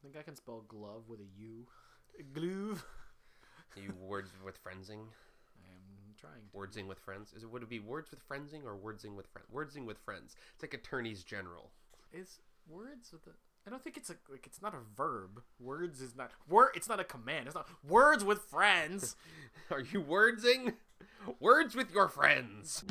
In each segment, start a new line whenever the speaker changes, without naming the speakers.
think I can spell glove with a U. Glue.
You words with friendsing,
I am trying. To.
wordsing with friends. Is it would it be words with friendsing or wordsing with friends? Wordsing with friends. It's like attorneys general.
It's words with a. I don't think it's a like. It's not a verb. Words is not word. It's not a command. It's not words with friends.
Are you wordsing? Words with your friends.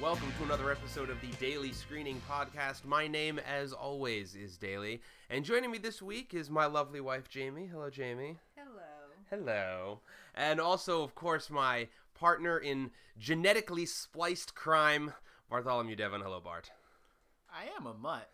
Welcome to another episode of the Daily Screening Podcast. My name, as always, is Daily, and joining me this week is my lovely wife, Jamie. Hello, Jamie.
Hello.
Hello. And also, of course, my partner in genetically spliced crime, Bartholomew Devon. Hello, Bart.
I am a mutt.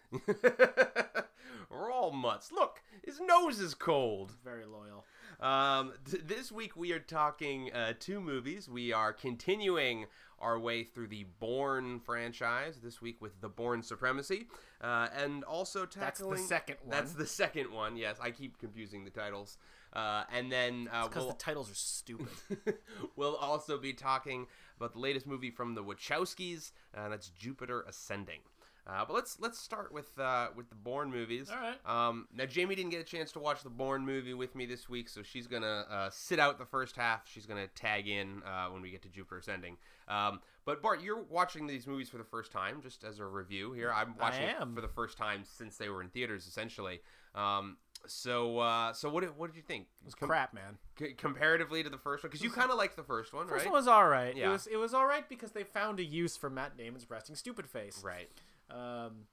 We're all mutts. Look, his nose is cold.
Very loyal.
Um, th- this week we are talking uh, two movies. We are continuing our way through the Bourne franchise this week with the Bourne Supremacy, uh, and also
That's the
tackling
second one.
That's the second one. Yes, I keep confusing the titles. Uh, and then uh,
Because
we'll
the titles are stupid.
we'll also be talking about the latest movie from the Wachowskis, and that's Jupiter Ascending. Uh, but let's let's start with uh, with the Bourne movies.
All right.
Um, now Jamie didn't get a chance to watch the Bourne movie with me this week, so she's gonna uh, sit out the first half. She's gonna tag in uh, when we get to Jupiter Ascending. Um, but Bart, you're watching these movies for the first time, just as a review here. I'm watching it
am.
for the first time since they were in theaters, essentially. Um, so uh, so what did, what did you think?
It's crap, man.
C- comparatively to the first one because you kind of liked the first one,
First
right?
one was all right.
Yeah.
It was it was all right because they found a use for Matt Damon's resting stupid face.
right.
Um,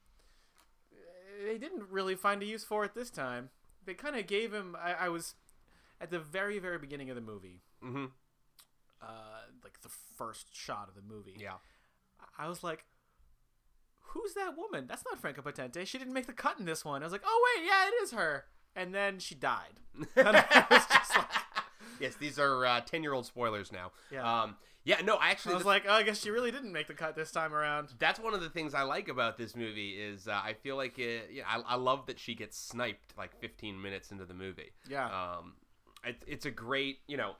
they didn't really find a use for it this time. They kind of gave him. I, I was at the very, very beginning of the movie.
Mhm.
Uh, like the first shot of the movie.
Yeah.
I was like, "Who's that woman? That's not Franco Potente. She didn't make the cut in this one." I was like, "Oh wait, yeah, it is her." And then she died. And I was just like,
Yes, these are uh, ten-year-old spoilers now.
Yeah.
Um, yeah. No, I
I
actually
was
th-
like, oh, I guess she really didn't make the cut this time around.
that's one of the things I like about this movie is uh, I feel like it, yeah, I, I love that she gets sniped like 15 minutes into the movie.
Yeah.
Um, it, it's a great, you know,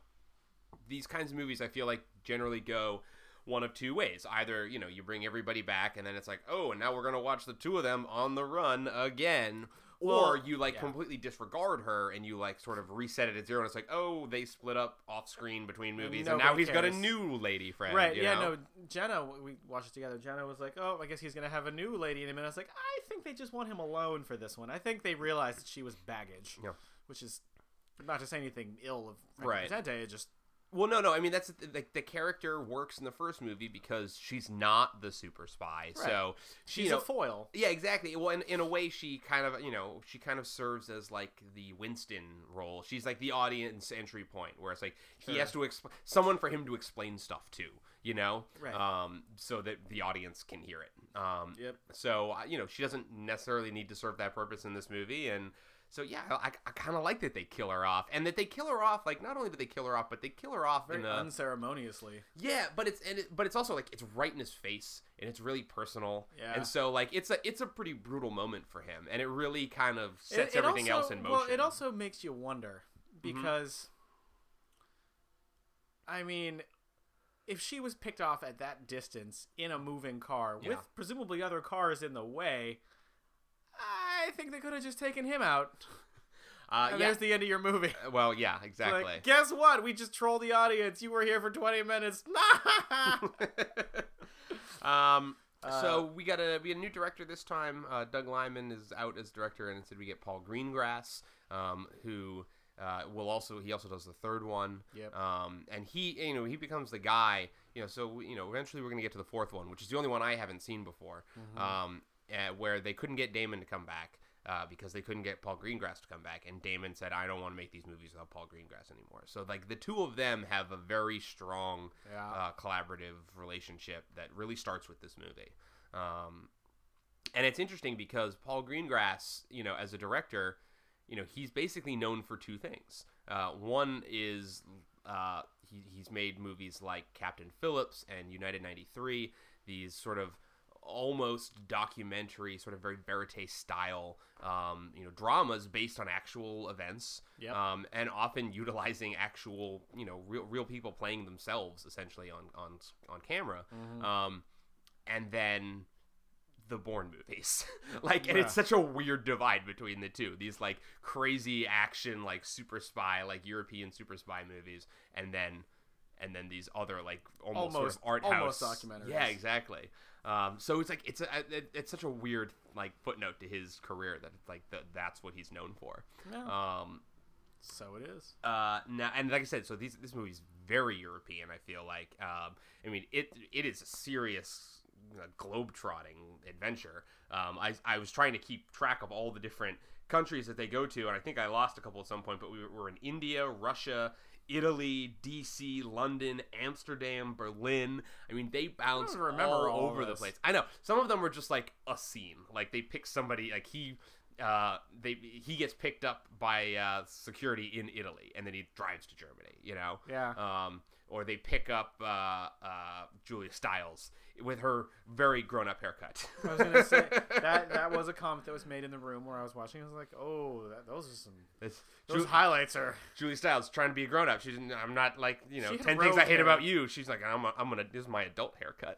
these kinds of movies I feel like generally go one of two ways. Either, you know, you bring everybody back and then it's like, oh, and now we're going to watch the two of them on the run again. or
Well,
you like
yeah.
completely disregard her and you like sort of reset it at zero and it's like, oh, they split up off screen between movies and, now
nobody
he's got a
cares.
new lady friend.
Right,
you
yeah,
know?
no, Jenna, we watched it together. Jenna was like, oh, I guess he's going to have a new lady in a minute. I was like, I think they just want him alone for this one. I think they realized that she was baggage,
Yeah.
which is not to say anything ill of Franco
Right.
Potente, it just,
Well, no, no. I mean, that's the, th- like the character works in the first movie because she's not the super spy. So she,
she's
you know,
a foil.
yeah, exactly. Well, in, in a way, she kind of, you know, she kind of serves as like the Winston role. She's like the audience entry point, where it's like he
Sure.
has to exp- someone for him to explain stuff to, you know,
Right.
um, so that the audience can hear it. Um,
Yep.
So uh, you know, she doesn't necessarily need to serve that purpose in this movie, and so yeah, I, I kind of like that they kill her off, and that they kill her off. Like not only do they kill her off, but they kill her off
Very
in a
unceremoniously.
yeah, but it's and it, but it's also like it's right in his face and it's really personal.
Yeah.
And so like it's a it's a pretty brutal moment for him and it really kind of sets
It- it
everything
also-
else in motion. Mm-hmm.
Well, it also makes you wonder because, I mean, if she was picked off at that distance in a moving car
Yeah.
with presumably other cars in the way, I think they could have just taken him out.
uh,
And
yeah.
there's the end of your movie.
well, yeah,
Like,
exactly.
guess what? We just trolled the audience. You were here for 20 minutes.
um
Uh,
so we got a we got a new director this time. Uh, Doug Lyman is out as director, and instead we get Paul Greengrass, um, who uh, will also he also does the third one.
Yep.
Um, and he you know he becomes the guy you know so you know eventually we're gonna get to the fourth one, which is the only one I haven't seen before. Um, eh, where they couldn't get Damon to come back. Uh, because they couldn't get Paul Greengrass to come back, and Damon said, "I don't want to make these movies without Paul Greengrass anymore." So, like, the two of them have a very strong
Yeah.
uh, collaborative relationship that really starts with this movie. Um, and it's interesting because Paul Greengrass, you know, as a director, you know, he's basically known for two things. Uh, one is uh, he, he's made movies like Captain Phillips and United 93, these sort of almost documentary, sort of very verite style, um, you know, dramas based on actual events,
Yep.
um, and often utilizing actual, you know, real real people playing themselves essentially on on on camera, um, and then the Bourne movies, like, and it's
Yeah.
such a weird divide between the two. These like crazy action, like super spy, like European super spy movies, and then. And then these other like almost, sort
Almost-
of art
almost
house
documentaries.
Yeah, exactly. Um, so it's like it's a, it, it's such a weird like footnote to his career that it's like the, that's what he's known for.
Yeah.
Um,
so it is.
uh, now and like I said, so these this movie's very European. I feel like um, I mean it it is a serious uh, globetrotting adventure. Um, I I was trying to keep track of all the different countries that they go to, and I think I lost a couple at some point. But we were, were in India, Russia. Italy, DC, London, Amsterdam, Berlin. I mean, they bounce
remember
all
all
over the
this.
place. I know some of them were just like a scene. Like they pick somebody. Like he, uh, they he gets picked up by uh, security in Italy, and then he drives to Germany. You know.
Yeah.
Um, or they pick up uh, uh, Julia Stiles with her very grown up haircut.
I was gonna say that that was a comment that was made in the room where I was watching. I was like, "Oh, that, those are some
That's-
those
Ju-
highlights are."
Julie Stiles trying to be a grown up. She's I'm not like you know
She had
ten things I
rogue
hate
hair.
about you. She's like I'm a, I'm gonna this is my adult haircut.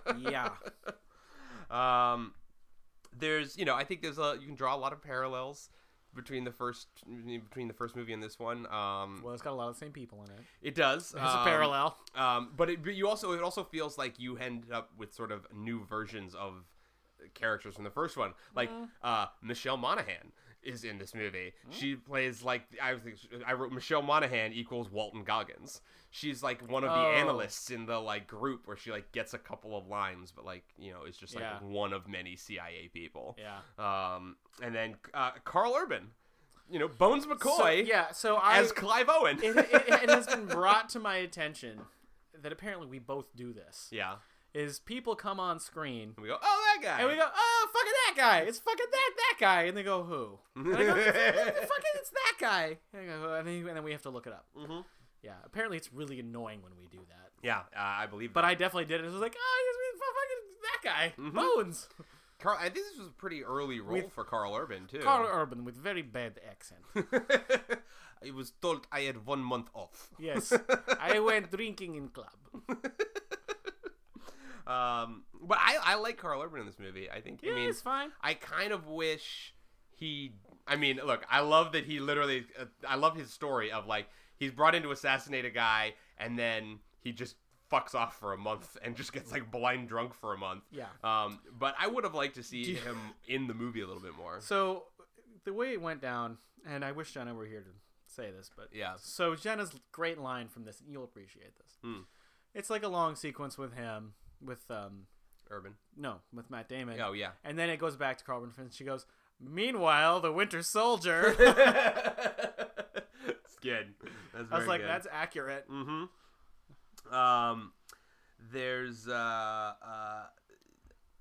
Yeah.
Um, there's you know I think there's a you can draw a lot of parallels between the first between the first movie and this one. Um,
Well, it's got a lot of the same people in it.
it
It's
does. um,
a parallel.
Um, but it but you also it also feels like you ended up with sort of new versions of characters from the first one. Like uh, Michelle Monaghan is in this movie.
Hmm?
She plays like I was I wrote Michelle Monaghan equals Walton Goggins. She's like one of the
Oh.
analysts in the like group where she like gets a couple of lines, but like you know is just like
Yeah.
one of many CIA people.
Yeah.
Um, and then uh, Carl Urban, you know Bones McCoy
So, yeah. So I
as Clive Owen.
it, it, it has been brought to my attention that apparently we both do this.
yeah.
Is people come on screen
And we go, oh, that guy.
and we go, "Oh, fucking that guy! It's fucking that that guy!" And they go, "Who?" And I go, "Fucking- "Fucking it's that guy!" And, I go, "Who?" and, then, and then we have to look it up.
Mhm.
Yeah. Apparently, it's really annoying when we do that.
Yeah, uh, I believe.
But I definitely did it. It was like, "Oh, he's fucking that guy, Bones."
Carl, I think this was a pretty early role
With-
for Carl Urban too.
Carl Urban with very bad accent.
I was told I had one month off.
Yes, I went drinking in club.
Um, but I, I like Carl Urban in this movie. I think.
Yeah,
I mean,
it's fine.
I kind of wish he. I mean, look, I love that he literally. Uh, I love his story of like he's brought in to assassinate a guy, and then he just fucks off for a month and just gets like blind drunk for a month.
Yeah.
Um, but I would have liked to see
Do you-
him in the movie a little bit more.
So the way it went down, and I wish Jenna were here to say this, but
Yeah.
So Jenna's great line from this, and you'll appreciate this.
Hmm.
It's like a long sequence with him, with um,
Urban.
no, with Matt Damon.
Oh yeah.
And then it goes back to Carl Urban. and She goes, "Meanwhile, the Winter Soldier."
it's good. That's
I was like, "That's accurate."
Mm-hmm. Um, there's uh, uh,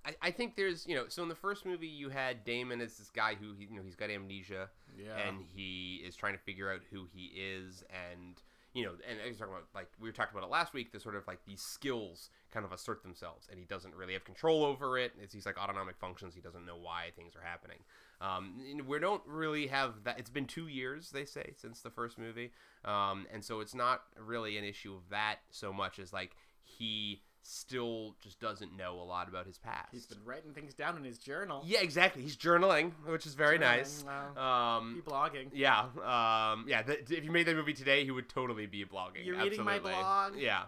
I, I think there's you know so in the first movie you had Damon as this guy who he, you know he's got amnesia
Yeah.
and he is trying to figure out who he is and you know and I was talking about like we were talking about it last week the sort of like these skills kind of assert themselves and he doesn't really have control over it it's these like autonomic functions he doesn't know why things are happening um, and we don't really have that it's been two years they say since the first movie um, and so it's not really an issue of that so much as like he still just doesn't know a lot about his past
He's been writing things down in his journaal.
yeah exactly he's journaling which is very nice
Journaling, wow.
um,
He blogging.
yeah, um, yeah. Th- if you made that movie today, he would totally be blogging.
You're reading my
absolutely.
blog.
Yeah,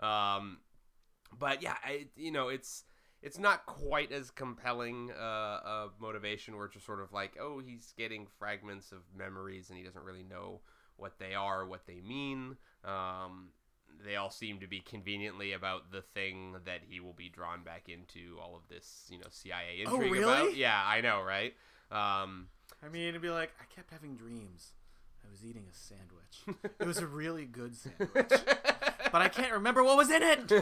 um, but yeah, I, you know, it's it's not quite as compelling uh, uh, motivation. Where it's just sort of like, oh, he's getting fragments of memories, and he doesn't really know what they are, what they mean. Um, they all seem to be conveniently about the thing that he will be drawn back into. All of this, you know, CIA
Oh,
intrigue
really?
about. Yeah, I know, right? Um,
I mean, it'd be like, I kept having dreams. I was eating a sandwich. It was a really good sandwich, but but I can't remember what was in it.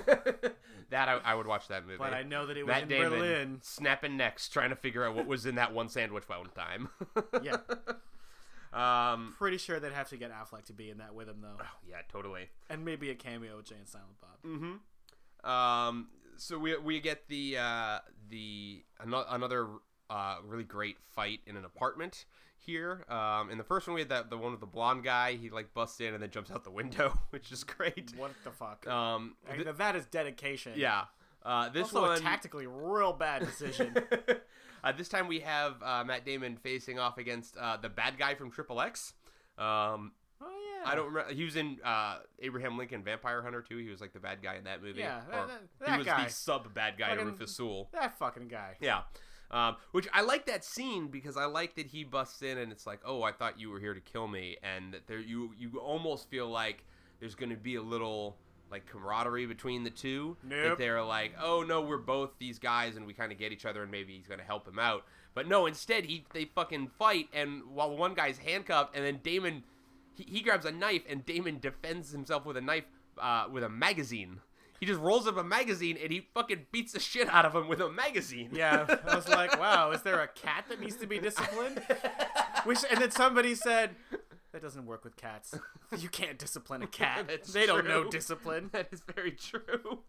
that I, I would watch that movie.
But I know that it was
Matt
in
Damon
Berlin.
snapping necks trying to figure out what was in that one sandwich one time.
Yeah,
um,
pretty sure they'd have to get Affleck to be in that with him though,
yeah, totally.
and maybe a cameo with Jay and Silent Bob.
Mm-hmm. Um, so we, we get the uh, the ano- another uh, really great fight in an apartment here. Um, in the first one, we had that the one with the blonde guy. He like busts in and then jumps out the window, which is great.
What the fuck?
Um,
I
th-
mean, that is dedication.
yeah. Uh, this
also
one
a tactically real bad decision.
uh, this time we have uh, Matt Damon facing off against uh, the bad guy from Triple X. Um,
oh yeah.
I don't remember. He was in uh, Abraham Lincoln Vampire Hunter too. He was like the bad guy in that movie.
Yeah, that-
Or
that-
he
that
was
guy.
the sub bad guy to
Fucking-
Rufus Sewell.
That fucking guy.
Yeah. Um, which I like that scene because I like that he busts in and it's like, oh, I thought you were here to kill me, and that there you you almost feel like there's going to be a little like camaraderie between the two. That
Nope.
they're like, oh no, we're both these guys and we kind of get each other and maybe he's going to help him out. But no, instead he they fucking fight and while one guy's handcuffed and then Damon he, he grabs a knife and Damon defends himself with a knife uh, with a magazine. He just rolls up a magazine and he fucking beats the shit out of him with a magazine.
Yeah, I was like, wow, is there a cat that needs to be disciplined? Which, and then somebody said, that doesn't work with cats. You can't discipline a cat.
That's
they don't know
true.
discipline.
That is very true.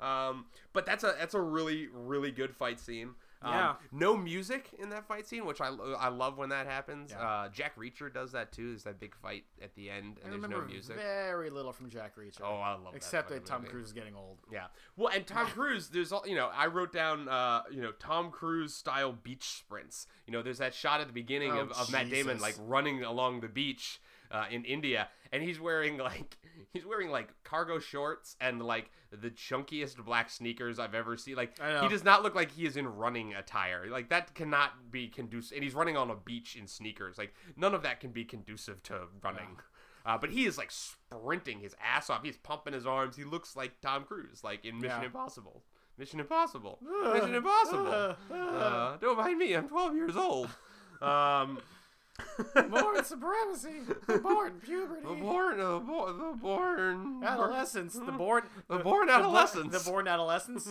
Um, but that's a that's a really really good fight scene. Um,
Yeah.
No music in that fight scene, which I, lo- I love when that happens.
Yeah.
Uh, Jack Reacher does that too. There's that big fight at the end,
I
and there's
remember
no music.
very little from Jack Reacher.
Oh, I love
except
that.
that
fucking
Tom
movie.
Cruise is getting old.
Yeah. Well, and Tom Cruise, there's all you know. I wrote down, uh, you know, Tom Cruise style beach sprints. You know, there's that shot at the beginning
Oh,
of, of Matt Damon
Jesus.
like running along the beach uh, in India, and he's wearing like he's wearing like cargo shorts and like the chunkiest black sneakers I've ever seen. Like
I know.
he does not look like he is in running attire. Like that cannot be conducive. And he's running on a beach in sneakers. Like none of that can be conducive to running. Uh, but he is like sprinting his ass off. He's pumping his arms. He looks like Tom Cruise, like in Mission
Yeah.
Impossible. Mission Impossible. Mission Impossible. Uh, don't mind me. I'm 12 years old. Um,
Born supremacy. The born puberty.
the born, the born, the born,
adolescence. The born.
the born
bo-
adolescence.
The born adolescence.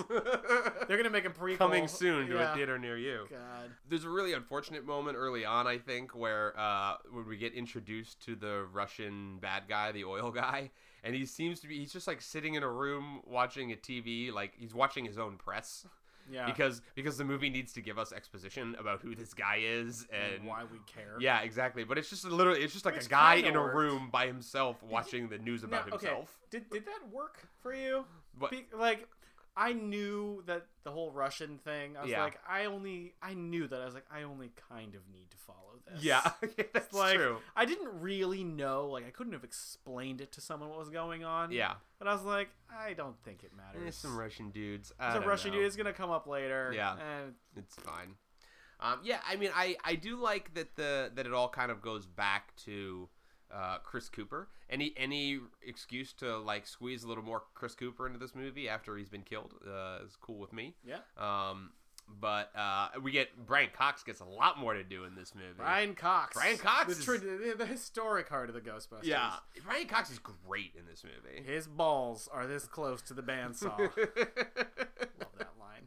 They're gonna make a prequel.
coming soon to
yeah.
a theater near you.
God.
there's a really unfortunate moment early on, I think, where uh, when we get introduced to the Russian bad guy, the oil guy, and he seems to be he's just like sitting in a room watching a TV, like he's watching his own press
Yeah.
because because the movie needs to give us exposition about who this guy is and.
why we care.
Yeah, exactly. But it's just literally it's just like a
Which
guy
kinda
in a
worked.
room by himself watching the news
Now,
about
okay,
himself.
Did did that work for you?
What?
Be- like, I knew that the whole Russian thing. I was
Yeah.
like, I only, I knew that. I was like, I only kind of need to follow this.
Yeah, that's
like
true.
I didn't really know. Like, I couldn't have explained it to someone what was going on.
Yeah,
But I was like, um, I don't think it matters.
there's some Russian dudes. I
It's a
don't
Russian
know.
dude. It's gonna come up later.
Yeah.
And
It's fine. Um, yeah, I mean, I, I do like that the that it all kind of goes back to uh, Chris Cooper. Any any excuse to like squeeze a little more Chris Cooper into this movie after he's been killed uh, is cool with me.
yeah.
Um, but uh, we get Brian Cox gets a lot more to do in this movie.
Brian Cox.
Brian Cox
The,
is-
tr- the, the historic heart of the Ghostbusters.
yeah, Brian Cox is great in this movie.
His balls are this close to the bandsaw. Love that line.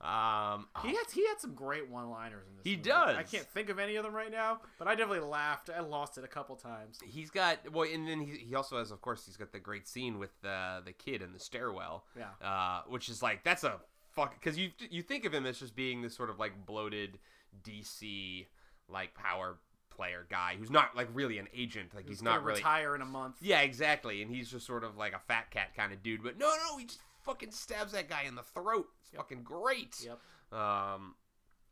um,
He had he had some great one-liners in this.
He
movie.
does.
I can't think of any of them right now, but I definitely laughed. I lost it a couple times.
oh, he's got well, and then he, he also has, of course, he's got the great scene with uh, the kid in the stairwell.
Yeah.
uh, which is like that's a fuck because you you think of him as just being this sort of like bloated DC like power player guy who's not like really an agent like he's,
He's
not
gonna
really
retire in a month.
yeah exactly and he's just sort of like a fat cat kind of dude but no no he just fucking stabs that guy in the throat it's
Yep.
fucking great
Yep.
um,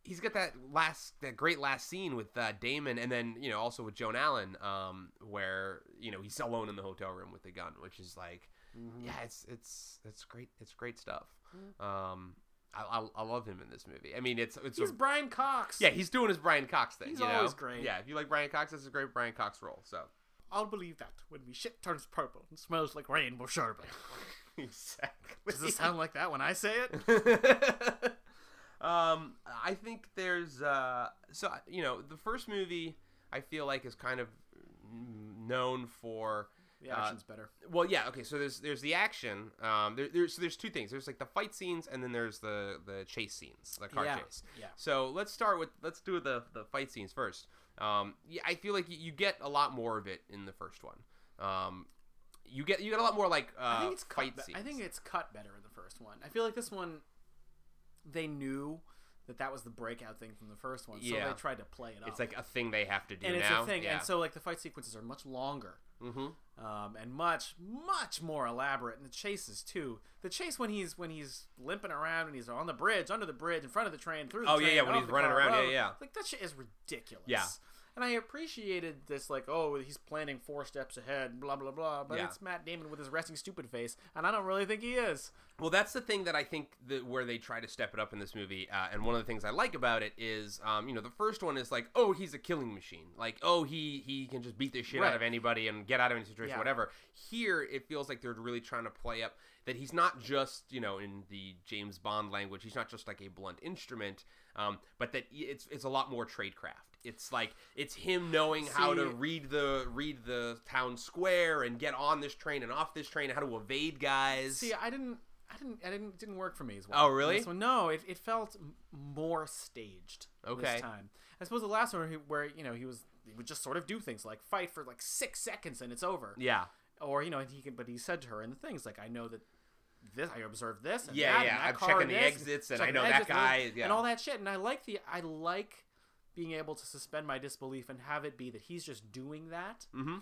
he's got that last that great last scene with uh, Damon, and then you know also with Joan Allen, um, where you know he's alone in the hotel room with the gun, which is like,
Mm.
yeah, it's it's it's great, it's great stuff. Um, I, I, I love him in this movie. I mean, it's it's a-
He's Brian Cox.
yeah, he's doing his Brian Cox thing.
He's
you know?
always great.
Yeah, if you like Brian Cox, this is a great Brian Cox role. So
I'll believe that when me shit turns purple and smells like rainbow sherbet.
exactly.
Does it sound like that when I say it?
um, I think there's uh, so you know the first movie I feel like is kind of known for uh,
The action's better.
Well, yeah, okay. So there's there's the action. Um, there, there's so there's two things. There's like the fight scenes, and then there's the the chase scenes, the car
Yeah,
chase.
yeah.
So let's start with let's do the the fight scenes first. Um, yeah, I feel like you, you get a lot more of it in the first one. Um, you get you get a lot more like uh,
I think it's
fight
cut. be-
scenes.
I think it's cut better in the first one. I feel like this one, they knew that that was the breakout thing from the first one, so
Yeah.
they tried to play it up.
it's like a thing they have to do
and it's
now.
a thing,
yeah.
and so like the fight sequences are much longer.
mm-hmm.
um, and much much more elaborate and the chases too the chase when he's when he's limping around and he's on the bridge under the bridge in front of the train through the
Oh, yeah,
train,
yeah, when
off
he's
the
running
car
around, yeah,
road.
yeah.
like that shit is ridiculous
Yeah.
and I appreciated this, like, oh, he's planning four steps ahead, blah blah blah. But
Yeah.
it's Matt Damon with his resting stupid face, and I don't really think he is.
Well, that's the thing that I think that where they try to step it up in this movie, uh, and one of the things I like about it is, um, you know, the first one is like, oh, he's a killing machine, like, oh, he he can just beat the shit out
Right.
of anybody and get out of any situation,
Yeah.
whatever. Here, it feels like they're really trying to play up that he's not just, you know, in the James Bond language, he's not just like a blunt instrument, um, but that y- it's it's a lot more tradecraft. It's like it's him knowing how to
See-
read the read the town square and get on this train and off this train, and how to evade guys.
See, I didn't, I didn't, I didn't, it didn't work for me as well.
Oh, really?
So no, it, it felt m- more staged.
Okay.
This time, I suppose the last one where, he, where you know he was he would just sort of do things like fight for like six seconds and it's over.
yeah.
Or you know, and he can, but he said to her in the things like, I know that this, I observed this. And
Yeah,
that,
yeah,
And that
I'm
car
checking
and
the
this,
exits, and I
checking
know
the
that
exits and
guy
this,"
is- yeah.
and all that shit. And I like the, I like being able to suspend my disbelief and have it be that he's just doing that,
Mm-hmm.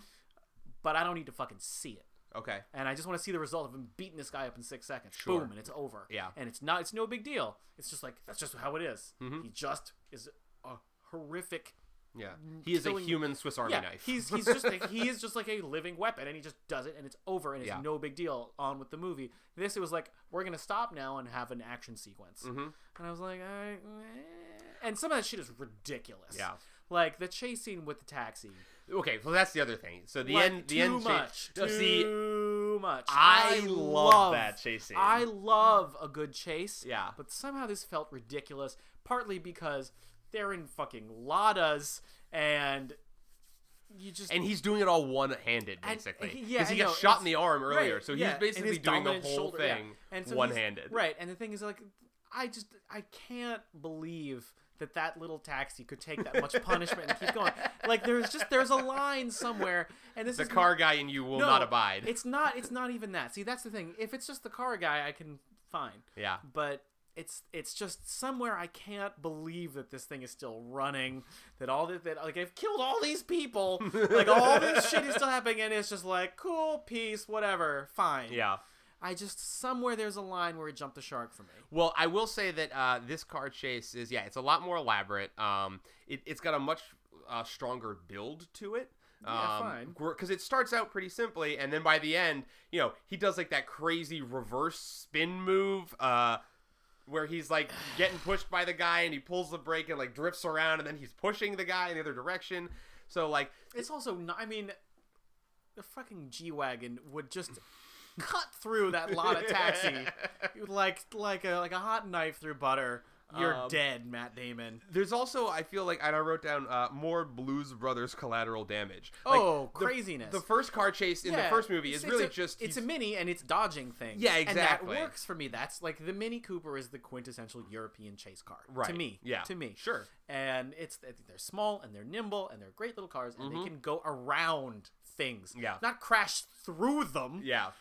but I don't need to fucking see it
Okay.
and I just want to see the result of him beating this guy up in six seconds.
Sure.
Boom, and it's over.
Yeah.
and it's not. It's no big deal. It's just like that's just how it is.
Mhm.
He just is a horrific.
Yeah. He is a
Mm, killing-
human Swiss Army
yeah,
knife.
he's he's just a, he is just like a living weapon, and he just does it, and it's over, and it's
Yeah.
no big deal. On with the movie. This it was like we're gonna stop now and have an action sequence,
Mhm.
and I was like, I, eh. and some of that shit is ridiculous.
Yeah.
like the chase scene with the taxi.
okay. Well, that's the other thing. So the
Like,
end. The
too
end. cha-
much.
Oh, see.
too much.
I love that chase scene.
I love a good chase.
Yeah.
But somehow this felt ridiculous, partly because they're in fucking Ladas and you just
And he's doing it all one-handed,
And-
basically.
he-
Because
yeah,
he
I
got
know,
shot
it's-
in the arm earlier,
Right,
so he's
yeah, and
basically
his
doing the
dominant
whole
shoulder, yeah.
thing
And so he's-
one-handed.
Right. And the thing is like I just I can't believe that that little taxi could take that much punishment and keep going. Like there's just there's a line somewhere and this
The
is
car guy in you will
No,
not abide.
It's not. It's not even that. See, that's the thing. If it's just the car guy, I can fine.
yeah.
But it's it's just somewhere I can't believe that this thing is still running. That all that, that like I've killed all these people. like all this shit is still happening, and it's just like cool, peace, whatever, fine.
Yeah.
I just somewhere there's a line where it jumped the shark for me.
Well, I will say that uh, this car chase is yeah, it's a lot more elaborate. Um, it, it's got a much uh, stronger build to it.
Yeah, fine.
Because it starts out pretty simply, and then by the end, you know, he does like that crazy reverse spin move, uh, where he's like getting pushed by the guy, and he pulls the brake and like drifts around, and then he's pushing the guy in the other direction. So like,
It's also not. I mean, the fucking G wagon would just cut through that lot of taxi. like like a like a hot knife through butter. You're
Um,
dead, Matt Damon.
There's also, I feel like, and I wrote down uh, more Blues Brothers collateral damage. Like,
Oh,
the-
craziness.
The first car chase in the
Yeah,
first movie
it's-
is
it's
really
a-
just
it's a
he's-
mini and it's dodging things.
Yeah,
And
exactly.
that works for me. That's like the Mini Cooper is the quintessential European chase car to
Right,
me.
yeah,
to me,
sure.
And it's they're small and they're nimble and they're great little cars and they can go around things.
Mm-hmm. Yeah.
not crash through them.
yeah.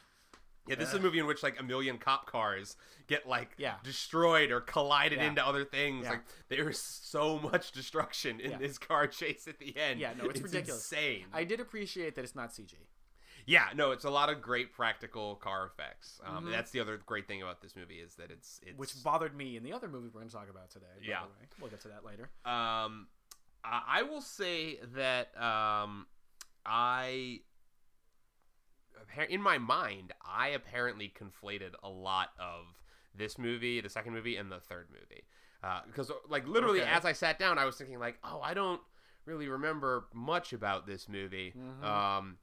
Yeah, this is a movie in which like a million cop cars get like
Yeah.
destroyed or collided
Yeah.
into other things.
Yeah.
Like there is so much destruction in
Yeah.
this car chase at the end.
Yeah, no, it's ridiculous.
Insane.
I did appreciate that it's not CG.
yeah, no, it's a lot of great practical car effects. Um, That's the other great thing about this movie is that it's it's
Mm-hmm. which bothered me in the other movie we're going to talk about today. by the
Yeah.
way. we'll get to that later.
Um, I I will say that um, I appar- in my mind I apparently conflated a lot of this movie, the second movie, and the third movie. Because like literally,
Okay.
as I sat down, I was thinking like, oh, I don't really remember much about this movie.
Mhm.
Um,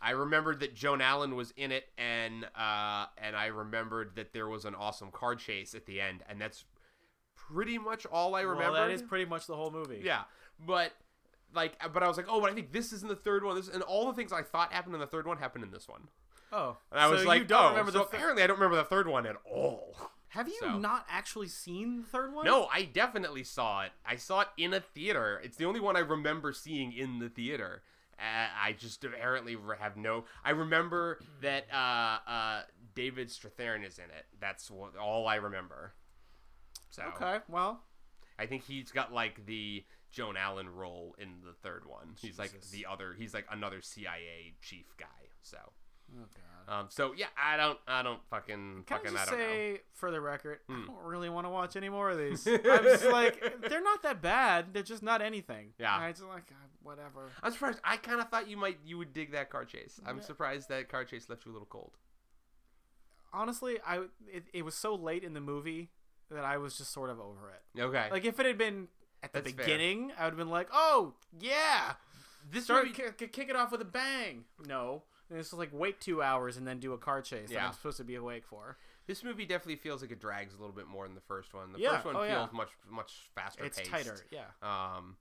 I remembered that Joan Allen was in it, and uh, and I remembered that there was an awesome car chase at the end, and that's pretty much all I remember.
Well, that is pretty much the whole movie.
Yeah, but like, but I was like, oh, but I think this is in the third one. This and all the things I thought happened in the third one happened in this one.
Oh,
And I
so
was like,
you don't
oh,
remember
so
the. Thir-
apparently I don't remember the third one at all.
have you
so-
not actually seen the third one?
No, I definitely saw it. I saw it in a theater. It's the only one I remember seeing in the theater. Uh, I just apparently re- have no. I remember that uh, uh, David Strathairn is in it. That's what, all I remember. So
Okay, well,
I think he's got like the Joan Allen role in the third one. He's like
Jesus.
the other. He's like another CIA chief guy. So,
oh god.
um, so yeah, I don't, I don't fucking,
Can I
fucking,
just
I don't know. Hmm.
say, for the record, I don't really want to watch any more of these. I was like, they're not that bad. They're just not anything.
Yeah.
I just like "Ah, whatever.
I'm surprised. I kind of thought you might you would dig that car chase. I'm
Yeah.
surprised that car chase left you a little cold.
Honestly, I it, it was so late in the movie that I was just sort of over it.
Okay,
Like if it had been at the
That's fair.
beginning, I would have been like, oh yeah,
this
start
movie-
ki- ki- kick it off with a bang. No. And it's just like wait two hours and then do a car chase that
Yeah.
I'm supposed to be awake for.
this movie definitely feels like it drags a little bit more than the first one. The
Yeah,
first one
oh, yeah.
feels much much faster.
It's
paced.
tighter, yeah.
Um,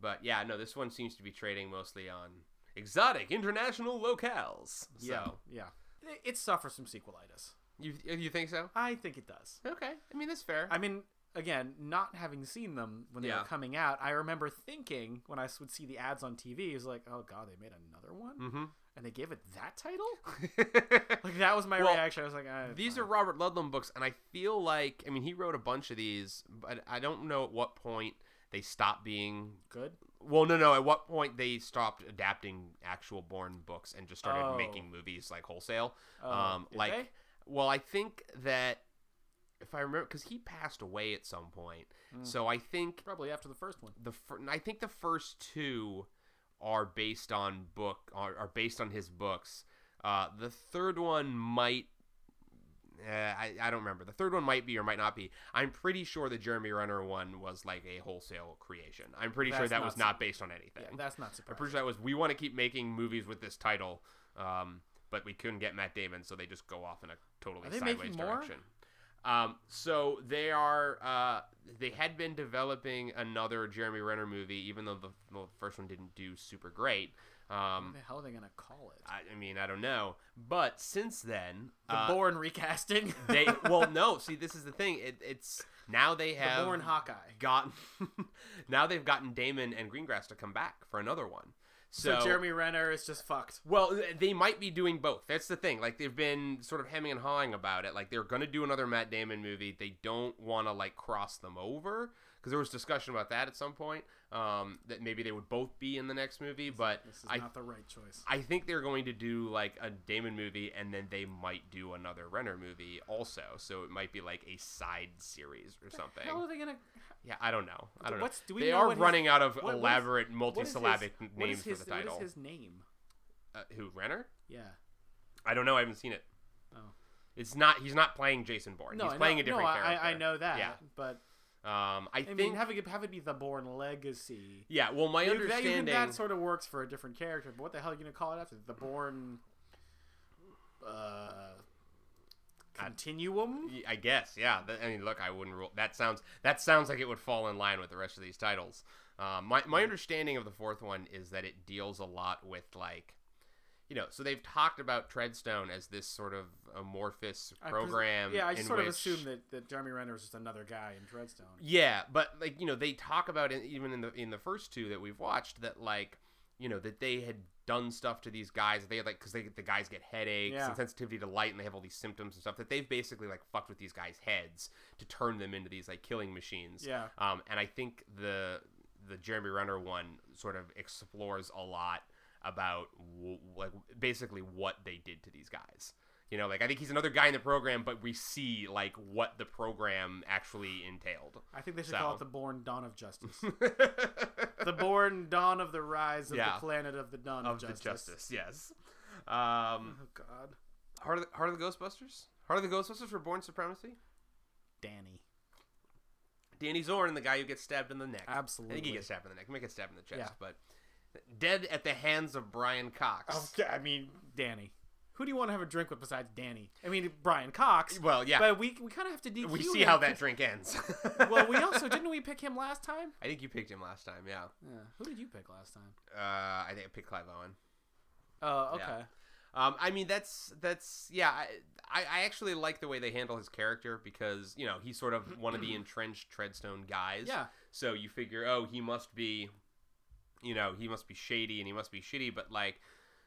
but yeah, no, this one seems to be trading mostly on exotic international locales. So
Yeah, yeah. It, it suffers from sequelitis.
you you think so?
I think it does.
Okay, I mean that's fair.
I mean, again, not having seen them when they
Yeah.
were coming out, I remember thinking when I s- would see the ads on TV, it was like, oh god, they made another one,
Hmm.
and they gave it that title.
mm-hmm.
Like that was my
Well,
reaction. I was like, "Ah,
These
fine."
are Robert Ludlum books, and I feel like I mean he wrote a bunch of these, but I don't know at what point they stopped being.
good.
Well, no, no. At what point they stopped adapting actual born books and just started
Oh.
making movies like wholesale?
Oh,
um,
did
like,
they?
well, I think that if I remember, because he passed away at some point,
Hmm.
so I think
probably after the first one.
the fir- I think the first two are based on book are, are based on his books. Uh, the third one might. Uh, I, I don't remember. The third one might be or might not be. I'm pretty sure the Jeremy Renner one was like a wholesale creation. I'm pretty sure
That's
that
not
was not based on anything.
Yeah, that's not
I'm
surprising.
pretty sure that was we want to keep making movies with this title, um, but we couldn't get Matt Damon, so they just go off in a totally
Are they
sideways
making more?
direction. Um, so they are uh, they had been developing another Jeremy Renner movie, even though the, the first one didn't do super great.
What
Um,
the hell are they gonna call it?
I, I mean, I don't know, but since then,
The
uh,
Bourne recasting.
they well, no. See, this is the thing. It, it's now they
the
have
Bourne Hawkeye.
gotten now they've gotten Damon and Greengrass to come back for another one.
So, Jeremy Renner is just fucked.
Well, th- they might be doing both. That's the thing. Like they've been sort of hemming and hawing about it. Like they're going to do another Matt Damon movie. They don't want to like cross them over because there was discussion about that at some point. Um, that maybe they would both be in the next movie, but
This is
I
not the right choice.
I think they're going to do like a Damon movie and then they might do another Renner movie also. So it might be like a side series or something.
How are they gonna?
Yeah, I don't know. I don't
What's-
know.
do we
they
know
are
what his-
running out of
what is-
elaborate
What is his-
multi-syllabic
what is
names
his-
for the title.
What is his name?
Uh, who Renner?
Yeah.
I don't know. I haven't seen it.
Oh.
It's not. He's not playing Jason Bourne.
No,
he's
I
playing
know,
a different
no, I-
character.
I, I know that.
Yeah.
But
Um, I,
I
think.
mean, have it have it be the Born Legacy.
yeah. Well, my
You- that- you-
understanding.
that sort of works for a different character. But what the hell are you gonna call it after the Born? Uh, continuum.
Y- I guess. Yeah. Th- I mean, look. I wouldn't rule. That sounds. That sounds like it would fall in line with the rest of these titles. Um, my my understanding of the fourth one is that it deals a lot with like. You know, so they've talked about Treadstone as this sort of amorphous
I pres-
program.
yeah, I
in
just sort
which,
of assumed that, that Jeremy Renner was just another guy in Dreadstone.
Yeah, but like you know, they talk about it even in the in the first two that we've watched that like you know that they had done stuff to these guys. They had like because they the guys get headaches
Yeah.
and sensitivity to light, and they have all these symptoms and stuff that they've basically like fucked with these guys' heads to turn them into these like killing machines.
Yeah.
Um, and I think the the Jeremy Renner one sort of explores a lot about w- like basically what they did to these guys. You know, like I think he's another guy in the program, but we see like what the program actually entailed.
I think they should
So.
call it the Born Dawn of Justice. the Born Dawn of the Rise of
Yeah.
the Planet of the Dawn
of
of Justice.
the justice, yes. Um,
Oh God,
Heart, of the, Heart of the Ghostbusters? Heart of the Ghostbusters for Born Supremacy?
Danny.
Danny Zorn, the guy who gets stabbed in the neck. I think
Absolutely.
he gets stabbed in the neck. He might get stabbed in the chest,
Yeah. Oh,
but dead at the hands of Brian Cox.
Okay, I mean Danny. who do you want to have a drink with besides Danny? I mean, Brian Cox.
Well, yeah.
But we, we kind of have to DQ
we see
him.
how that drink ends.
well, we also didn't we pick him last time?
I think you picked him last time. Yeah.
Yeah. Who did you pick last time?
Uh, I think I picked Clive Owen.
Oh, okay.
Yeah. Um, I mean, that's that's yeah. I, I I actually like the way they handle his character because you know he's sort of one of the entrenched Treadstone guys.
Yeah.
So you figure, oh, he must be, you know, he must be shady and he must be shitty, but like.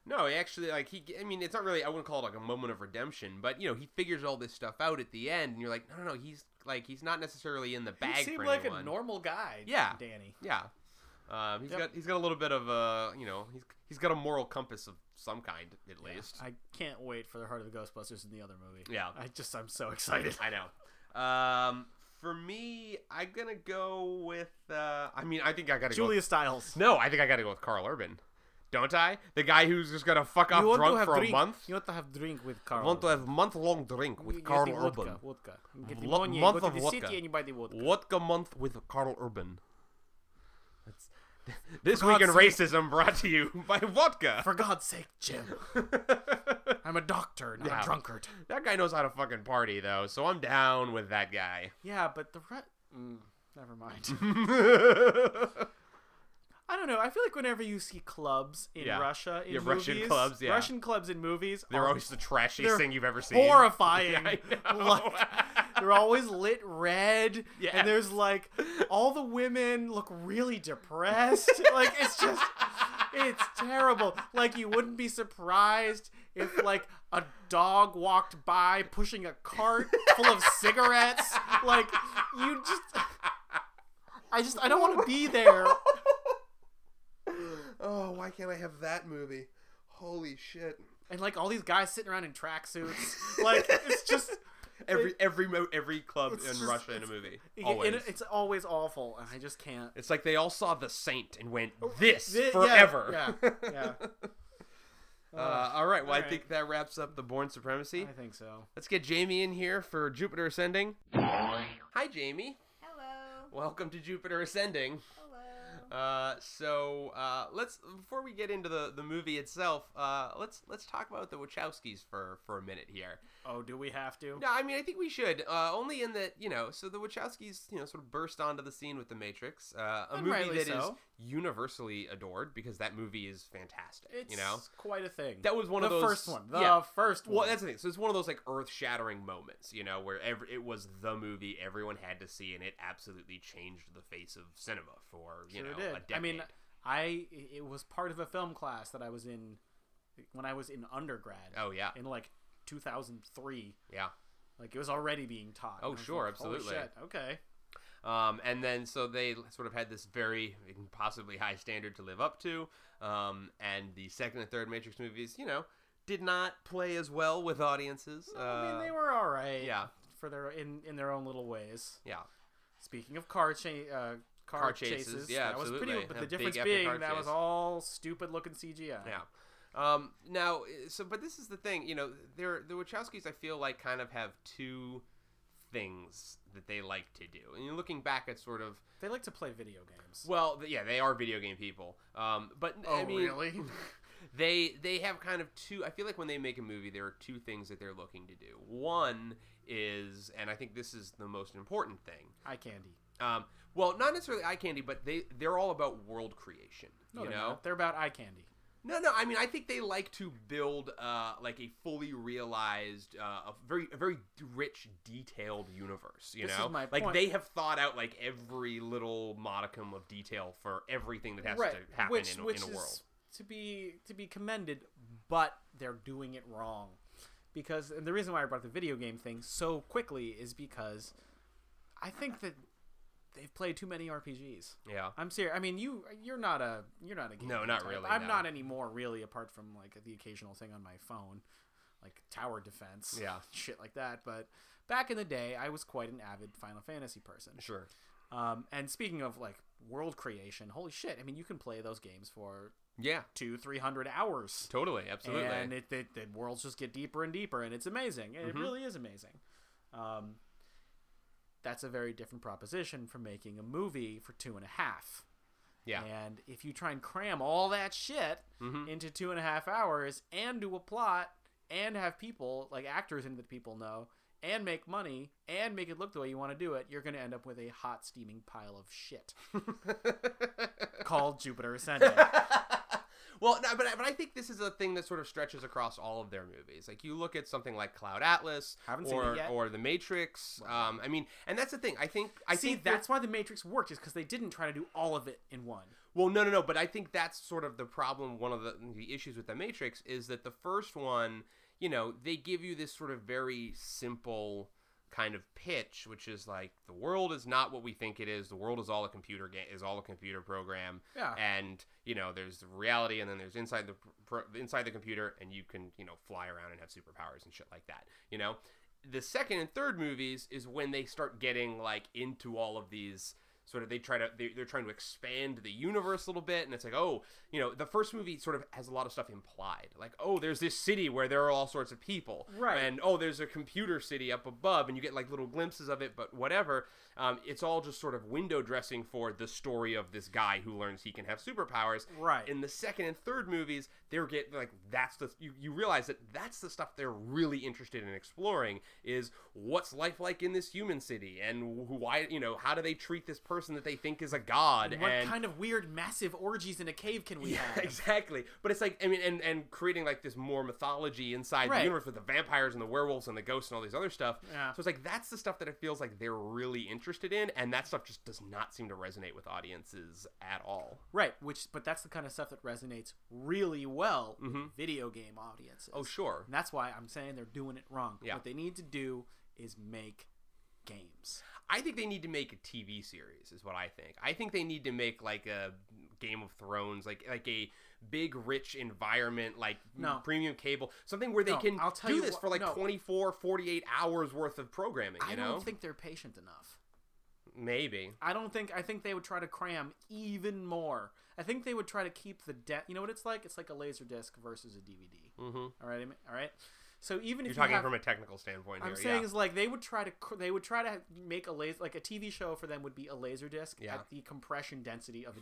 No, he actually like he. I mean, it's not really. I wouldn't call it like a moment of redemption, but you know, he figures all this stuff out at the end, and you're like, no, no, no. He's like, he's not necessarily in the bag.
He seemed
for
like
anyone.
a normal guy.
Yeah.
Danny.
Yeah. Um, he's
Yep.
got he's got a little bit of a you know he's he's got a moral compass of some kind at least.
I can't wait for the Heart of the Ghostbusters in the other movie.
Yeah.
I just I'm so excited.
I know. Um, for me, I'm gonna go with. Uh, I mean, I think I gotta
Julia Stiles.
go. No, I think I gotta go with Carl Urban. Don't I? The guy who's just gonna fuck off drunk for a
drink.
month.
You want to have drink with
I
Carl.
want to have month long drink with
You get
Carl
the
Urban.
Vodka, vodka. You get
Lo-
limon, you
month
go
of
to the
vodka.
city and you buy the vodka.
Vodka month with Carl Urban. That's this
For
week in
God's
racism brought to you by vodka.
For God's sake, Jim. I'm a doctor, not
Yeah.
a drunkard.
that guy knows how to fucking party though, so I'm down with that guy.
Yeah, but the re- mm, never mind. I don't know. I feel like whenever you see clubs in
Yeah.
Russia in
Yeah,
movies,
Russian clubs, yeah.
Russian clubs in movies,
They're
are
always the trashiest
they're
thing you've ever seen.
horrifying.
Yeah, I know.
Like, they're always lit red,
Yes.
and there's like all the women look really depressed. like it's just, it's terrible. Like you wouldn't be surprised if like a dog walked by pushing a cart full of cigarettes. Like you just, I just I don't want to be there.
oh, why can't I have that movie? Holy shit!
And like all these guys sitting around in tracksuits. Like it's just.
Every every mo- every club
It's
in
just-
Russia in a
it's-
movie.
it-
Always.
it- it's always awful, and I just can't.
It's like they all saw The Saint and went this
Oh, Thi- yeah,
forever.
yeah, yeah.
Uh, all right. Well, I
All
think that wraps up the Born Supremacy.
I think so.
Let's get Jamie in here for Jupiter Ascending. Hi, Jamie.
Hello.
Welcome to Jupiter Ascending.
Hello.
Uh, so uh, let's before we get into the, the movie itself, uh, let's let's talk about the Wachowskis for for a minute here.
Oh, do we have to?
No, I mean I think we should uh, only in that you know so the Wachowskis you know sort of burst onto the scene with the Matrix, uh, a
And
movie
rightly
that is
so.
universally adored because that movie is fantastic.
It's
you know
quite a thing.
that was one
the
of those
first one. The
yeah.
first one.
Well, that's the thing. So it's one of those like earth-shattering moments, you know, where every, it was the movie everyone had to see, and it absolutely changed the face of cinema for you
Sure
know
did.
a decade.
I mean, I it was part of a film class that I was in when I was in undergrad
oh yeah,
in like 2003.
yeah.
Like it was already being taught.
Oh,
and I was
sure,
like, "Holy
absolutely."
shit, Okay.
Um, and then so they sort of had this very impossibly high standard to live up to. Um, and the second and third Matrix movies, you know, did not play as well with audiences.
I mean, they
Uh,
were all right.
yeah.
For their in in their own little ways.
yeah,
Speaking of car cha- uh, car,
Car chases,
chases,
yeah,
that was
absolutely.
pretty. But
A
the
big
difference
epic
being
car
that was
chase.
all stupid looking CGI.
yeah. Um, now, uh, so but this is the thing, you know, they're the Wachowskis. I feel like kind of have two things that they like to do. And looking back at sort of
They like to play video games.
well, th- yeah, they are video game people. Um, but I mean, they they have kind of two i feel like when they make a movie there are two things that they're looking to do one is and i think this is the most important thing
Eye candy.
um, well not necessarily eye candy but they they're all about world creation
No, Oh,
you
they're
know
not. they're about eye candy.
no no i mean i think they like to build uh, like a fully realized uh, a very a very rich detailed universe you
This is
know
my
like
point.
they have thought out like every little modicum of detail for everything that has to happen
which,
in, a-
which
in a
is
world
to be to be commended, but they're doing it wrong. Because and the reason why I brought the video game thing so quickly is because I think that they've played too many RPGs.
yeah
I'm serious. I mean, you you're not a you're not a game
No,
type.
not really,
I'm
no.
not anymore, really, apart from like the occasional thing on my phone, like tower defense,
Yeah.
shit like that. But back in the day, I was quite an avid Final Fantasy person.
sure
Um, and speaking of like world creation, holy shit! I mean, you can play those games for
yeah
two, three hundred hours,
totally absolutely
and it, it, the worlds just get deeper and deeper, and it's amazing. And
Mhm.
It really is amazing. Um, that's a very different proposition from making a movie for two and a half.
yeah
And if you try and cram all that shit
Mhm.
into two and a half hours and do a plot and have people like actors in that people know and make money and make it look the way you want to do it, you're going to end up with a hot steaming pile of shit
Mm-hmm.
called Jupiter Ascending.
well, no, but I- but I think this is a thing that sort of stretches across all of their movies. Like you look at something like Cloud Atlas,
Haven't seen it
or
yet.
or The Matrix. Um, I mean, and that's the thing. I think I
I see
think that-
that's why the Matrix worked is because they didn't try to do all of it in one.
Well, no, no, no. But I think that's sort of the problem. One of the, the issues with the Matrix is that the first one, you know, they give you this sort of very simple kind of pitch, which is like the world is not what we think it is. The world is all a computer game, is all a computer program,
Yeah.
and you know, there's the reality, and then there's inside the pro- inside the computer, and you can you know fly around and have superpowers and shit like that. You know, the second and third movies is when they start getting like into all of these sort of they try to they, they're trying to expand the universe a little bit and it's like oh you know the first movie sort of has a lot of stuff implied like oh there's this city where there are all sorts of people
Right.
and oh there's a computer city up above and you get like little glimpses of it but whatever um, it's all just sort of window dressing for the story of this guy who learns he can have superpowers
Right.
in the second and third movies, they're getting like that's the you, you realize that that's the stuff they're really interested in exploring is what's life like in this human city and wh- why you know how do they treat this person that they think is a god
what
and
kind of weird massive orgies in a cave can we
yeah,
have?
exactly. But it's like I mean, and and creating like this more mythology inside
Right.
the universe with the vampires and the werewolves and the ghosts and all these other stuff.
Yeah.
So it's like that's the stuff that it feels like they're really interested in, and that stuff just does not seem to resonate with audiences at all.
Right, which but that's the kind of stuff that resonates really well
Mhm.
with video game audiences.
Oh sure,
And that's why I'm saying they're doing it wrong.
Yeah.
What they need to do is make games.
I think they need to make a TV series is what I think. I think they need to make like a Game of Thrones, like like a big rich environment like
No.
premium cable, something where they
No,
can
I'll tell
do
you
this
what-
for like
no.
twenty four, forty eight 24 48 hours worth of programming, you
I
know?
don't think they're patient enough.
Maybe.
I don't think I think they would try to cram even more. I think they would try to keep the depth. You know what it's like? It's like a laser disc versus a DVD.
Mhm.
All right, I mean- all right. So even
You're
if
talking
you have,
from a technical standpoint
I'm
here.
saying
yeah.
is like they would try to cr- they would try to make a laser like a TV show for them would be a laser disc
Yeah.
at the compression density of a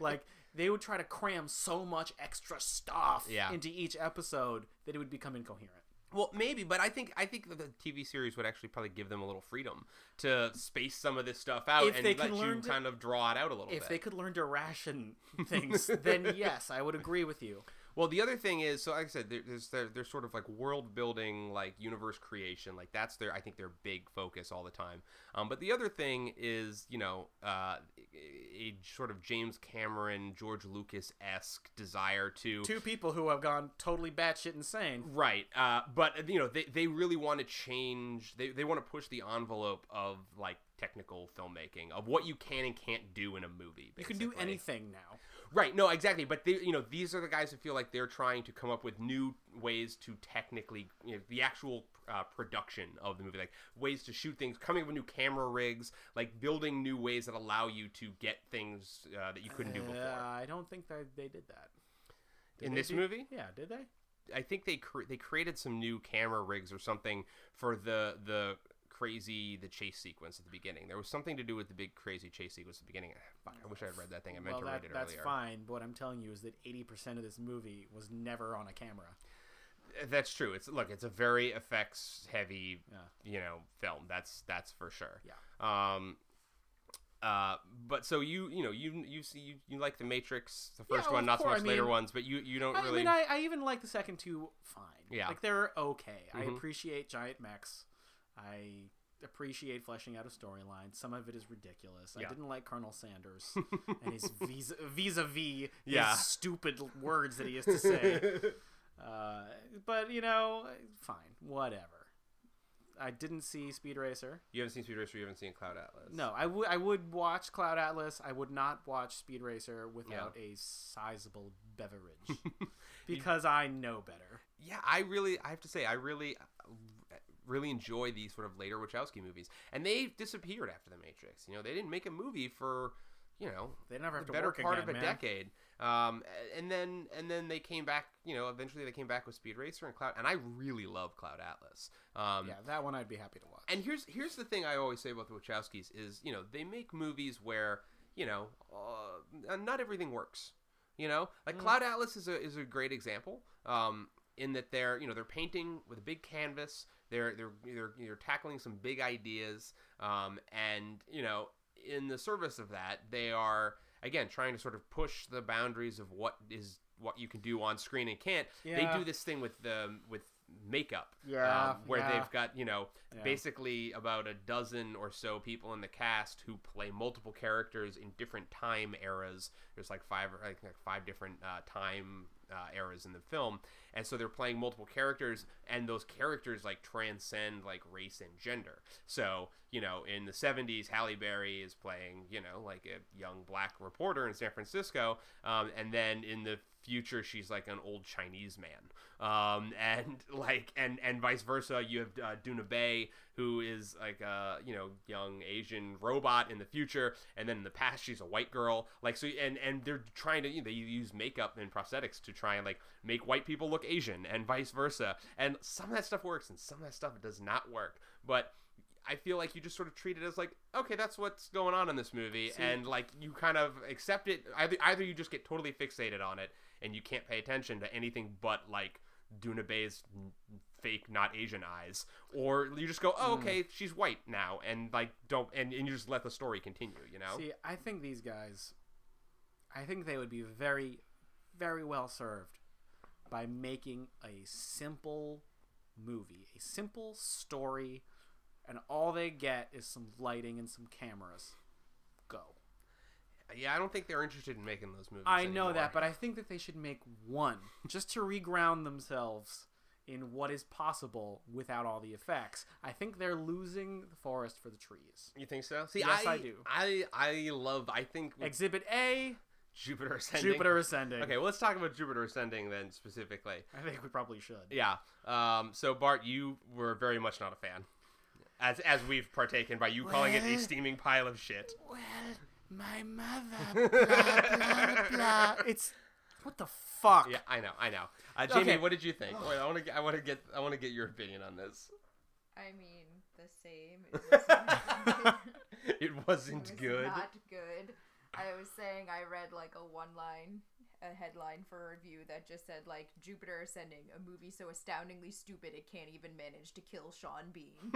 DVD. like they would try to cram so much extra stuff
Yeah.
into each episode that it would become incoherent.
Well, maybe, but I think I think that the TV series would actually probably give them a little freedom to space some of this stuff out
If
and
they
let
can
you
learn to-
kind of draw it out a little bit.
If they could learn to ration things, then yes, I would agree with you.
Well, the other thing is, so like I said, there, there's there, there's sort of like world building, like universe creation, like that's their I think their big focus all the time. Um, but the other thing is, you know, uh, a, a sort of James Cameron, George Lucas esque desire to
Two people who have gone totally batshit insane.
Right. Uh, but you know, they, they really want to change they, they want to push the envelope of like technical filmmaking, of what you can and can't do in a movie.
You can do
basically.
anything now.
Right. No, exactly. But they, you know, these are the guys who feel like they're trying to come up with new ways to technically, you know, the actual uh, production of the movie, like ways to shoot things, coming up with new camera rigs, like building new ways that allow you to get things uh, that you couldn't do
Uh,
before.
I don't think that they did that. Did
In
they
this
do-
movie,
Yeah, did they?
I think they cre- they created some new camera rigs or something for the the crazy the chase sequence at the beginning. There was something to do with the big crazy chase sequence at the beginning. Ah, Fuck, I wish I had read that thing. I meant
well,
to
that,
read it
that's
earlier.
fine. But what I'm telling you is that 80% of this movie was never on a camera.
That's true. It's look, it's a very effects heavy,
Yeah.
you know, film. That's that's for sure.
Yeah.
Um. Uh, but so you you know you you see you, you like the Matrix the
Yeah,
first
well,
one
of
not so
course,
much
I
later
mean-
ones but you you don't
I, I
really
mean, I, I even like the second two fine.
Yeah.
Like, they're okay. I
Mhm.
appreciate giant mechs. I appreciate fleshing out a storyline. Some of it is ridiculous.
Yeah.
I didn't like Colonel Sanders and his vis- vis-a-vis
Yeah.
his stupid l- words that he has to say. uh, but, you know, fine. Whatever. I didn't see Speed Racer.
you haven't seen Speed Racer you haven't seen Cloud Atlas
No, I would I would watch Cloud Atlas. I would not watch Speed Racer without a sizable beverage because I know better.
yeah, I really, I have to say, I really, really enjoy these sort of later Wachowski movies, and they disappeared after The Matrix. You know, they didn't make a movie for, you know,
They never have to
the better
work
part
again,
of a
man.
decade. Um, a- and then, and then they came back. You know, eventually they came back with Speed Racer and Cloud, and I really love Cloud Atlas. Um,
Yeah, that one I'd be happy to watch.
and here's here's the thing I always say about the Wachowskis is you know they make movies where you know
Mm.
uh, not everything works. You know, like Cloud Atlas is a is a great example. Um, in that they're you know they're painting with a big canvas. They're they're they're, they're tackling some big ideas, um, and you know in the service of that they are again trying to sort of push the boundaries of what is what you can do on screen and can't.
Yeah.
They do this thing with the with makeup
Yeah,
um, where
yeah.
they've got you know
Yeah.
basically about a dozen or so people in the cast who play multiple characters in different time eras. There's like five, or like like five different uh, time uh, eras in the film, and so they're playing multiple characters, and those characters like transcend like race and gender. So you know, in the '70s, Halle Berry is playing you know like a young black reporter in San Francisco, um, and then in the future she's like an old chinese man um and like and and vice versa you have uh, duna bay who is like a you know young asian robot in the future and then in the past she's a white girl like so and and they're trying to you know, they use makeup and prosthetics to try and like make white people look asian and vice versa and some of that stuff works and some of that stuff does not work but I feel like you just sort of treat it as like, okay, that's what's going on in this movie,
See-
and like you kind of accept it. Either either you just get totally fixated on it and you can't pay attention to anything but like Duna Bay's n- fake not Asian eyes, or you just go,
Mm.
oh, okay, she's white now, and like don't and, and you just let the story continue, you know?
See, I think these guys, I think they would be very, very well served by making a simple movie, a simple story, and all they get is some lighting and some cameras. Go.
yeah, I don't think they're interested in making those movies.
I know
anymore.
that, but I think that they should make one just to reground themselves in what is possible without all the effects. I think they're losing the forest for the trees.
you think so? See,
Yes, I do.
I I love. I think
Exhibit A,
Jupiter ascending.
Jupiter ascending.
Okay, well, let's talk about Jupiter ascending then specifically.
I think we probably should.
Yeah. Um, so Bart, you were very much not a fan, as as we've partaken by you calling it a
Well-
steaming pile of shit.
Well, my mother. Blah, blah, blah. It's what the fuck.
Yeah, I know, I know. Uh, Jamie,
Okay.
what did you think? Wait, I want to, I want to get, I want to get your opinion on this.
I mean, the same. It wasn't,
it
it
wasn't
was
good.
not good. I was saying I read like a one line, a headline for a review that just said like Jupiter Ascending, a movie so astoundingly stupid it can't even manage to kill Sean Bean.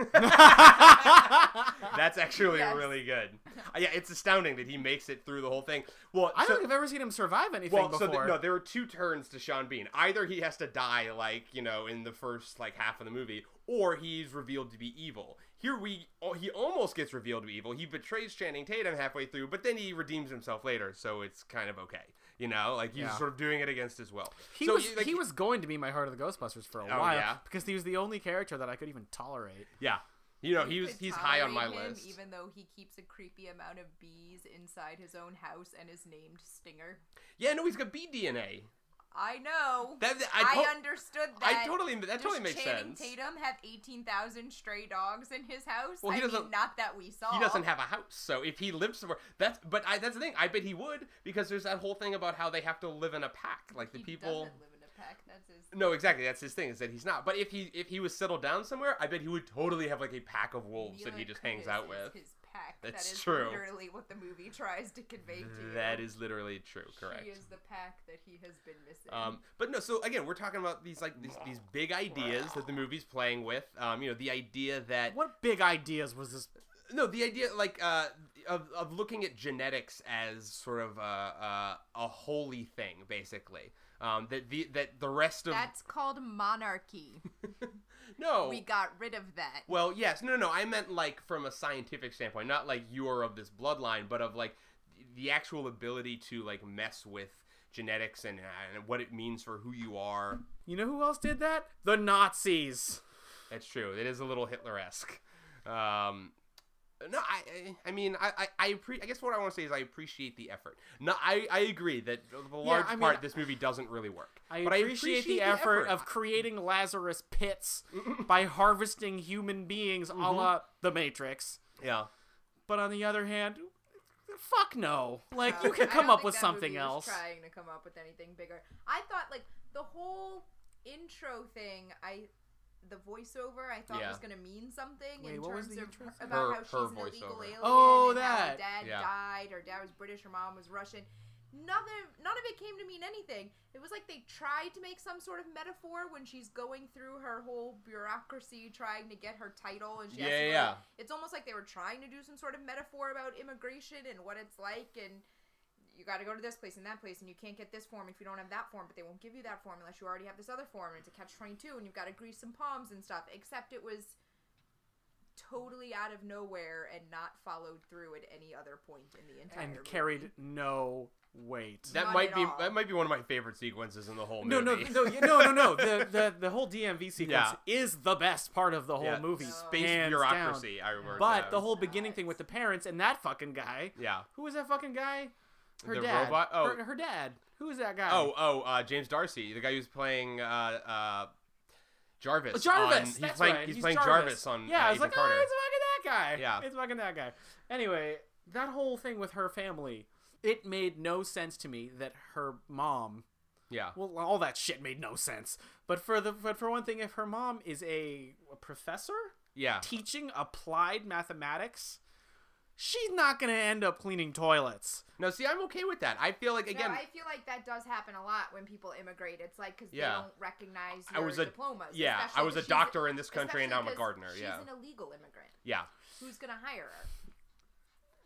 That's actually
Yes.
really good. Uh, yeah, it's astounding that he makes it through the whole thing. Well,
I
so-
don't think I've ever seen him survive anything
Well, so
before.
th- no, there are two turns to Sean Bean. Either he has to die, like you know, in the first like half of the movie, or he's revealed to be evil. Here we, oh, he almost gets revealed to be evil. He betrays Channing Tatum halfway through, but then he redeems himself later, so it's kind of okay. You know, like he's
Yeah.
sort of doing it against his will.
he
so,
was
like,
he was going to be my heart of the Ghostbusters for a
Oh,
while
yeah?
because he was the only character that I could even tolerate.
yeah. You know, he
You
was
could
he's high on my
tolerate him,
list.
Even though he keeps a creepy amount of bees inside his own house and is named Stinger.
Yeah, no, he's got B DNA.
I know.
That, that- I,
I,
to-
understood that.
I totally that totally
Does
makes
Channing
sense.
Tatum have eighteen thousand stray dogs in his house?
Well, he
I mean,
doesn't-
not that we saw.
He doesn't have a house, so if he lives somewhere, that's. But I, that's the thing. I bet he would because there's that whole thing about how they have to live in a pack, like the
He
people.
doesn't live in a pack. That's his.
No, exactly. That's his thing is that he's not. But if he if he was settled down somewhere, I bet he would totally have like a pack of wolves that he
Mila
just hangs
Kunis
out
is
with.
His pack. That
That's
is
true.
Literally what the movie tries to convey to you.
That is literally true. Correct.
He is the pack that he has been missing.
Um, but no, so again, we're talking about these like these, these big ideas that the movie's playing with. Um, you know, the idea that
What big ideas was this?
no the idea like uh of, of looking at genetics as sort of a, a, a holy thing basically um that the that the rest of
That's called monarchy.
no
We got rid of that.
well yes no no i meant like from a scientific standpoint not like you're of this bloodline but of like the actual ability to like mess with genetics and, and what it means for who you are
You know who else did that? The Nazis.
That's true. It is a little Hitler-esque. Um, no, I, I- I mean, I, I, I, appre- I guess what I want to say is I appreciate the effort. No, I, I agree that the large
I mean,
part this movie doesn't really work.
I,
But
appreciate, the, effort, of creating Lazarus pits by harvesting human beings a
Mm-hmm.
la The Matrix.
yeah.
But on the other hand, fuck no. Like
No,
you could
Uh, I
come
don't
up
think
with
that
something
movie was
else.
Trying to come up with anything bigger. I thought like the whole intro thing. I the voiceover I thought
Yeah.
was gonna mean something
Wait,
in
what was
terms
the
of
intro?
about
Her-
how
her
she's an illegal
voiceover.
alien.
Oh,
and how her
that.
dad
Yeah.
died. Her dad was British. Her mom was Russian. None of none of it came to mean anything. It was like they tried to make some sort of metaphor when she's going through her whole bureaucracy trying to get her title and she has
Yeah,
to go-
yeah.
it's almost like they were trying to do some sort of metaphor about immigration and what it's like and you got to go to this place and that place and you can't get this form if you don't have that form but they won't give you that form unless you already have this other form and it's a catch 22 and you've got to grease some palms and stuff except it was totally out of nowhere and not followed through at any other point in the entire
and
movie.
carried no weight.
That
Not
might
at
be
all.
that might be one of my favorite sequences in the whole
no,
movie.
no, no, yeah, no, no, no. The, the the whole DMV sequence
Yeah.
is the best part of the whole
Yeah,
movie.
Space
hands down.
bureaucracy. I remember.
But
that.
the whole beginning thing with the parents and that fucking guy.
yeah.
Who was that fucking guy? Her
The
dad.
robot? Oh.
Her, her dad. Who is that guy?
Oh, oh, uh, James Darcy, the guy who's playing uh, uh, Jarvis.
Oh,
on-
Jarvis.
he's
that's
playing.
right.
He's, playing Jarvis, on.
Yeah, I
uh,
was
Agent
like,
Carter.
oh, it's fucking that guy.
Yeah.
it's fucking that guy. Anyway, that whole thing with her family, it made no sense to me that her mom.
yeah.
Well, all that shit made no sense. But for the but for one thing, if her mom is a, a professor
Yeah.
teaching applied mathematics, she's not gonna end up cleaning toilets.
No, see, I'm okay with that. I feel like again,
no, I feel like that does happen a lot when people immigrate. It's like because
Yeah.
they don't recognize
I
your
was a-
diplomas.
yeah, I
especially
was a
'cause she's
doctor in this country and now I'm
especially
a
'cause
gardener.
She's
Yeah.
an illegal immigrant.
yeah.
Who's gonna hire her?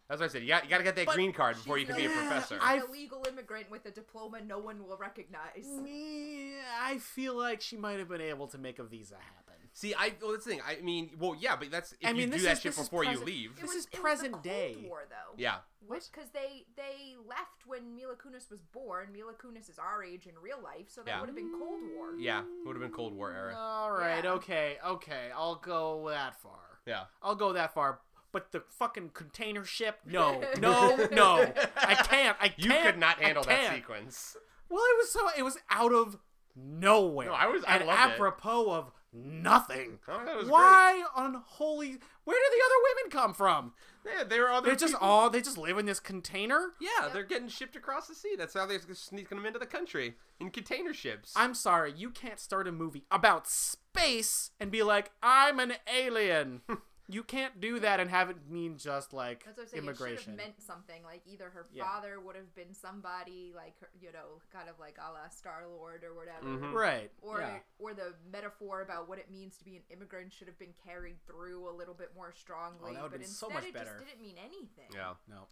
That's what I said. You got, you got to get that
But
green card before you
She's
can
an
be a
illegal-
professor.
She's an
I've-
illegal immigrant with a diploma no one will recognize.
Me, I feel like she might have been able to make a visa happen.
See, I well, that's the thing. I mean, well, yeah, but that's if
I mean,
you do
this
that
is-
shit
this is
before you
present-
leave.
This is
it the
present
Cold
day.
War though.
Yeah,
Because they they left when Mila Kunis was born. Mila Kunis is our age in real life, so that
Yeah. Mm.
would have been Cold War.
yeah, would have been Cold War era.
All right,
Yeah.
okay, okay. I'll go that far.
Yeah,
I'll go that far. But the fucking container ship? No, no, no. I can't. I can't.
you could not
I
handle that
can't.
sequence.
Well, it was so. It was out of nowhere.
No, I was- I
and
loved it.
apropos of nothing.
Oh, that was
Why on holy? Where do the other women come from?
great. Yeah, there are other.
They're just
people-
all. They just live in this container.
Yeah, they're getting shipped across the sea. That's how they're sneaking them into the country in container ships.
I'm sorry, you can't start a movie about space and be like, I'm an alien. you can't do that and have it mean just like
That's what I'm saying. It should
immigration.
have meant something. Like either her
Yeah.
father would have been somebody, like her- you know, kind of like a la Star Lord or whatever.
Mhm.
right.
Or
yeah.
or the metaphor about what it means to be an immigrant should have been carried through a little bit more strongly.
Oh, would've
but
been
instead,
so much
it
better.
just didn't mean anything.
yeah.
No.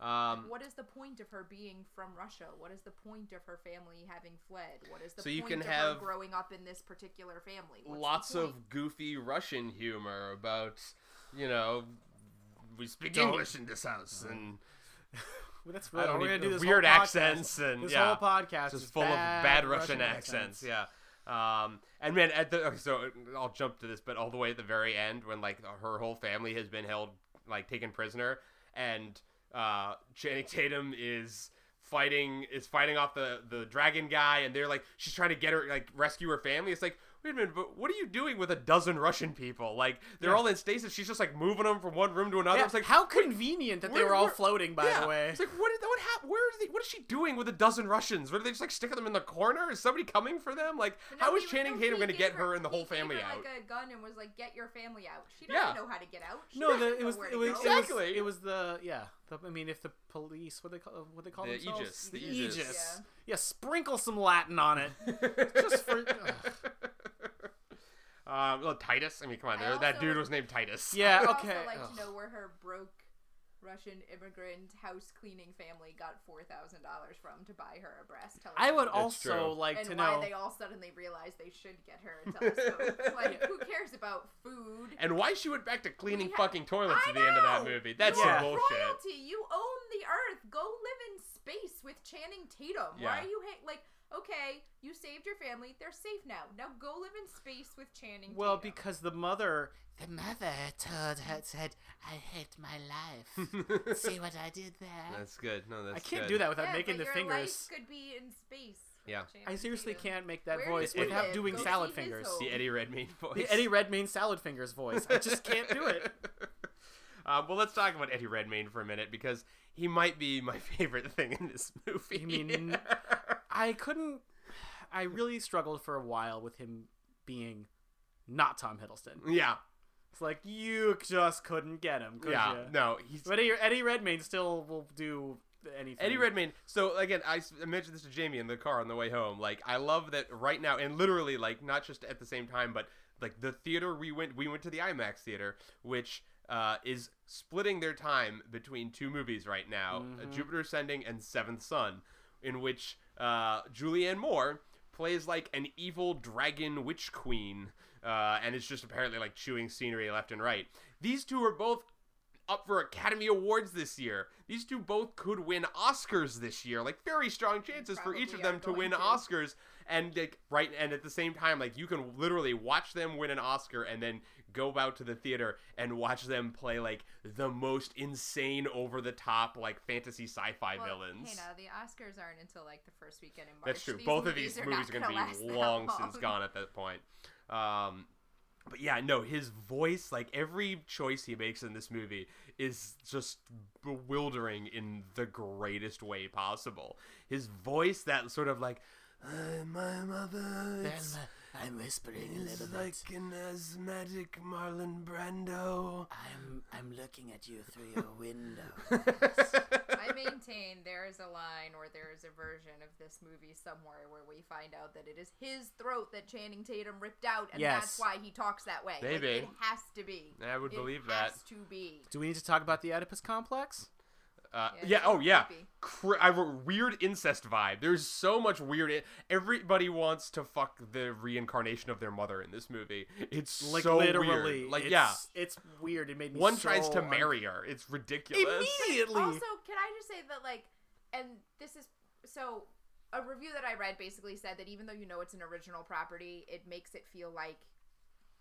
Um,
What is the point of her being from Russia? What is the point of her family having fled? What is the
So
point
you can
of
have
her growing up in this particular family? What's the
lots
point?
of goofy Russian humor about, you know, we speak
Don't-
English in this house and
Well, that's
I
really,
don't
we're
even-
gonna do this
weird
whole podcast.
accents and
This
yeah,
whole podcast
just
is
full
bad
of bad Russian, accents.
accents.
Yeah. Um, and man, at the okay, so I'll jump to this, but all the way at the very end when like her whole family has been held like taken prisoner, and uh, Channing Tatum is fighting is fighting off the the dragon guy, and they're like she's trying to get her like rescue her family. It's like. Wait a minute, but what are you doing with a dozen Russian people? Like they're
Yeah.
all in stasis. She's just like moving them from one room to another.
Yeah,
It's like
how convenient that they
where-
were all
where-
floating, by
yeah.
the way.
It's like what is what hap- where is the, what is she doing with a dozen Russians? Were they just like sticking them in the corner? Is somebody coming for them? Like
But no,
how is
he-
Channing
no,
Tatum
he
going to
gave
get her and the
he
whole
gave
family
her,
out?
Like a gun and was like, "Get your family out." She
Yeah.
doesn't know how to get out. She
no,
doesn't
the, it
know
was
where
it
to
was
go.
Exactly.
It was the yeah. The, I mean, if the police what they call what they call
The
themselves
Aegis, the
Aegis.
Aegis.
Yeah. sprinkle some Latin on it. Just for- ugh.
um, well, Titus. I mean, come on,
I
there- that
also
dude
would-
was named Titus.
Yeah, oh.
I'd
okay.
also like
Ugh.
to know where her broke Russian immigrant house cleaning family got four thousand dollars from to buy her a breast telephone.
I would
That's
also
true.
like
and
to
why
know.
they all suddenly realized they should get her a telescope. like, who cares about food?
And why she went back to cleaning
We ha-
fucking toilets
I
at the end of that
know!
movie? That's
You
some
are
bullshit.
royalty. You own the earth. Go live in space with Channing Tatum.
Yeah.
Why are you ha- like? Okay, you saved your family. They're safe now. Now go live in space with Channing.
Well,
Tatum.
because the mother, the mother told her said, "I hate my life. See what I did there."
That's good. No, that's
I can't
good.
do that without
yeah,
making
but
the
your
fingers.
Life could be in space.
Yeah.
I seriously can't make that
Where do
voice
you
without
live?
doing
Go
salad
see his
fingers.
home.
The Eddie Redmayne voice.
The Eddie Redmayne salad fingers voice. I just can't do it.
Uh, well, let's talk about Eddie Redmayne for a minute because he might be my favorite thing in this movie.
You mean- I couldn't. I really struggled for a while with him being not Tom Hiddleston.
yeah,
It's like you just couldn't get him, could
yeah,
you?
no, he's
But Eddie, Eddie Redmayne still will do anything.
Eddie Redmayne. So again, I s- I mentioned this to Jamie in the car on the way home. Like, I love that right now, and literally, like, not just at the same time, but like the theater we went, we went to the IMAX theater, which uh, is splitting their time between two movies right now: uh,
Mhm.
Jupiter Ascending and Seventh Son, in which uh, Julianne Moore plays like an evil dragon witch queen, uh, and is just apparently like chewing scenery left and right. These two are both up for Academy Awards this year. These two both could win Oscars this year. Like very strong chances for each of
Probably are
them to
going
win
to.
Oscars. And like right and at the same time, like you can literally watch them win an Oscar and then go out to the theater and watch them play like the most insane over the top like fantasy sci-fi
Well,
villains.
Hey, now the Oscars aren't until like the first weekend in March.
That's true. Both of these movies are
not
going to
last
be
that
long since
long.
gone at that point. Um, but yeah, no, his voice, like every choice he makes in this movie, is just bewildering in the greatest way possible. His voice, that sort of like, "Uh, my mother. It's,
I'm whispering
it's like an asthmatic Marlon Brando.
I'm I'm looking at you through your window.
I maintain there is a line or there is a version of this movie somewhere where we find out that it is his throat that Channing Tatum ripped out, and
Yes.
that's why he talks that way. Like,
Maybe.
it has to be.
I would
It
believe
has
that.
to be.
Do we need to talk about the Oedipus complex?
Uh,
Yeah,
yeah.
it's
Oh, yeah.
creepy.
Cre- I have a weird incest vibe. There's so much weird. i Everybody wants to fuck the reincarnation of their mother in this movie. It's
Like
so
literally,
weird. Like
it's,
yeah,
it's weird. It made me
one
so
tries to
un-
marry her. It's ridiculous.
immediately.
Also, can I just say that, like, and this is so a review that I read basically said that even though you know it's an original property, it makes it feel like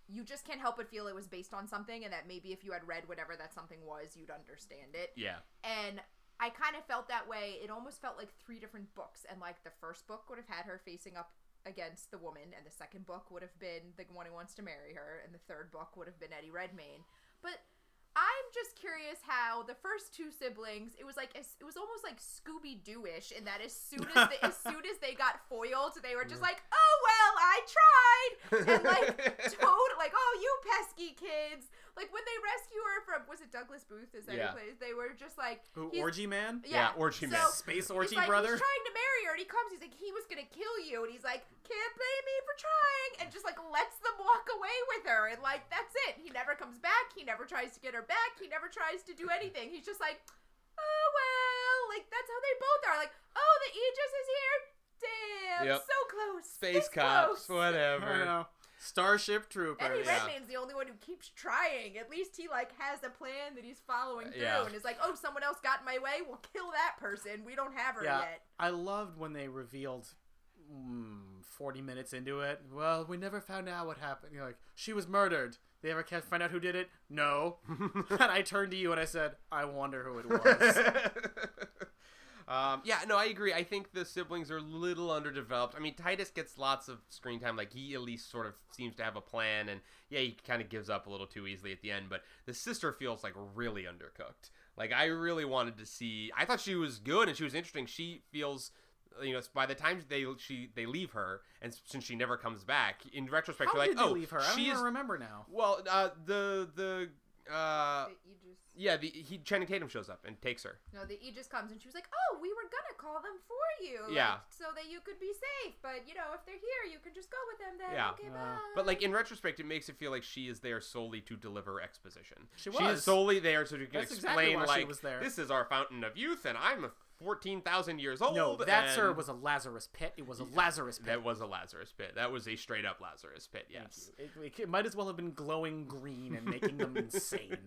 you just can't help but feel it was based on something, and that maybe if you had read whatever that something was, you'd understand it.
Yeah.
And I kind of felt that way. It almost felt like three different books, and like the first book would have had her facing up against the woman, and the second book would have been the one who wants to marry her, and the third book would have been Eddie Redmayne. But I'm just curious how the first two siblings, it was like it was almost like Scooby Doo ish, in that as soon as they, as soon as they got foiled, they were just like, "Oh well, I tried," and like toad like oh you pesky kids like when they rescue her from was it douglas booth is that
Yeah.
who plays they were just like
Who,
he's-
orgy man,
Yeah, orgy
so
man.
he's
space orgy
like,
brother.
he's trying to marry her and he comes he's like he was gonna kill you and he's like can't blame me for trying and just like lets them walk away with her and like that's it he never comes back he never tries to get her back he never tries to do anything he's just like oh well like that's how they both are like oh the aegis is here damn
Yep.
so close
Space
this
cops,
I
close.
don't
whatever.
know. Starship Troopers.
Eddie
Yeah.
Redmayne's the only one who keeps trying. At least he like has a plan that he's following through,
Yeah.
and is like, "Oh, someone else got in my way. We'll kill that person. We don't have her
Yeah.
yet."
I loved when they revealed mm, 40 minutes into it. Well, we never found out what happened. You're like, she was murdered. They ever ca- find out who did it? No. and I turned to you and I said, I wonder who it was.
Um, yeah, no, I agree. I think the siblings are a little underdeveloped. I mean, Titus gets lots of screen time. Like, he at least sort of seems to have a plan, and yeah, he kind of gives up a little too easily at the end, but the sister feels like really undercooked. Like, I really wanted to see. I thought she was good and she was interesting. She feels. You know, by the time they she they leave her, and since she never comes back, in retrospect,
How
you're
did
like,
they
oh,
leave her? I don't
she
even
is
remember now.
well. Uh, the the uh,
the Aegis.
yeah, the he Channing Tatum shows up and takes her.
No, the Aegis comes and she was like, "Oh, we were gonna call them for you, like,
Yeah.
so that you could be safe. But you know, if they're here, you can just go with them. Then,
Yeah.
okay,
Yeah.
bye."
But like in retrospect, it makes it feel like she is there solely to deliver exposition.
She
is
was.
solely there so you can
That's
explain
exactly why she
like
was there.
this is our fountain of youth, and I'm fourteen thousand years old.
No, that, sir,
and-
was a Lazarus pit. It was a Lazarus pit.
that was a Lazarus pit. That was a straight up Lazarus pit. Yes.
It, it- it might as well have been glowing green and making them insane.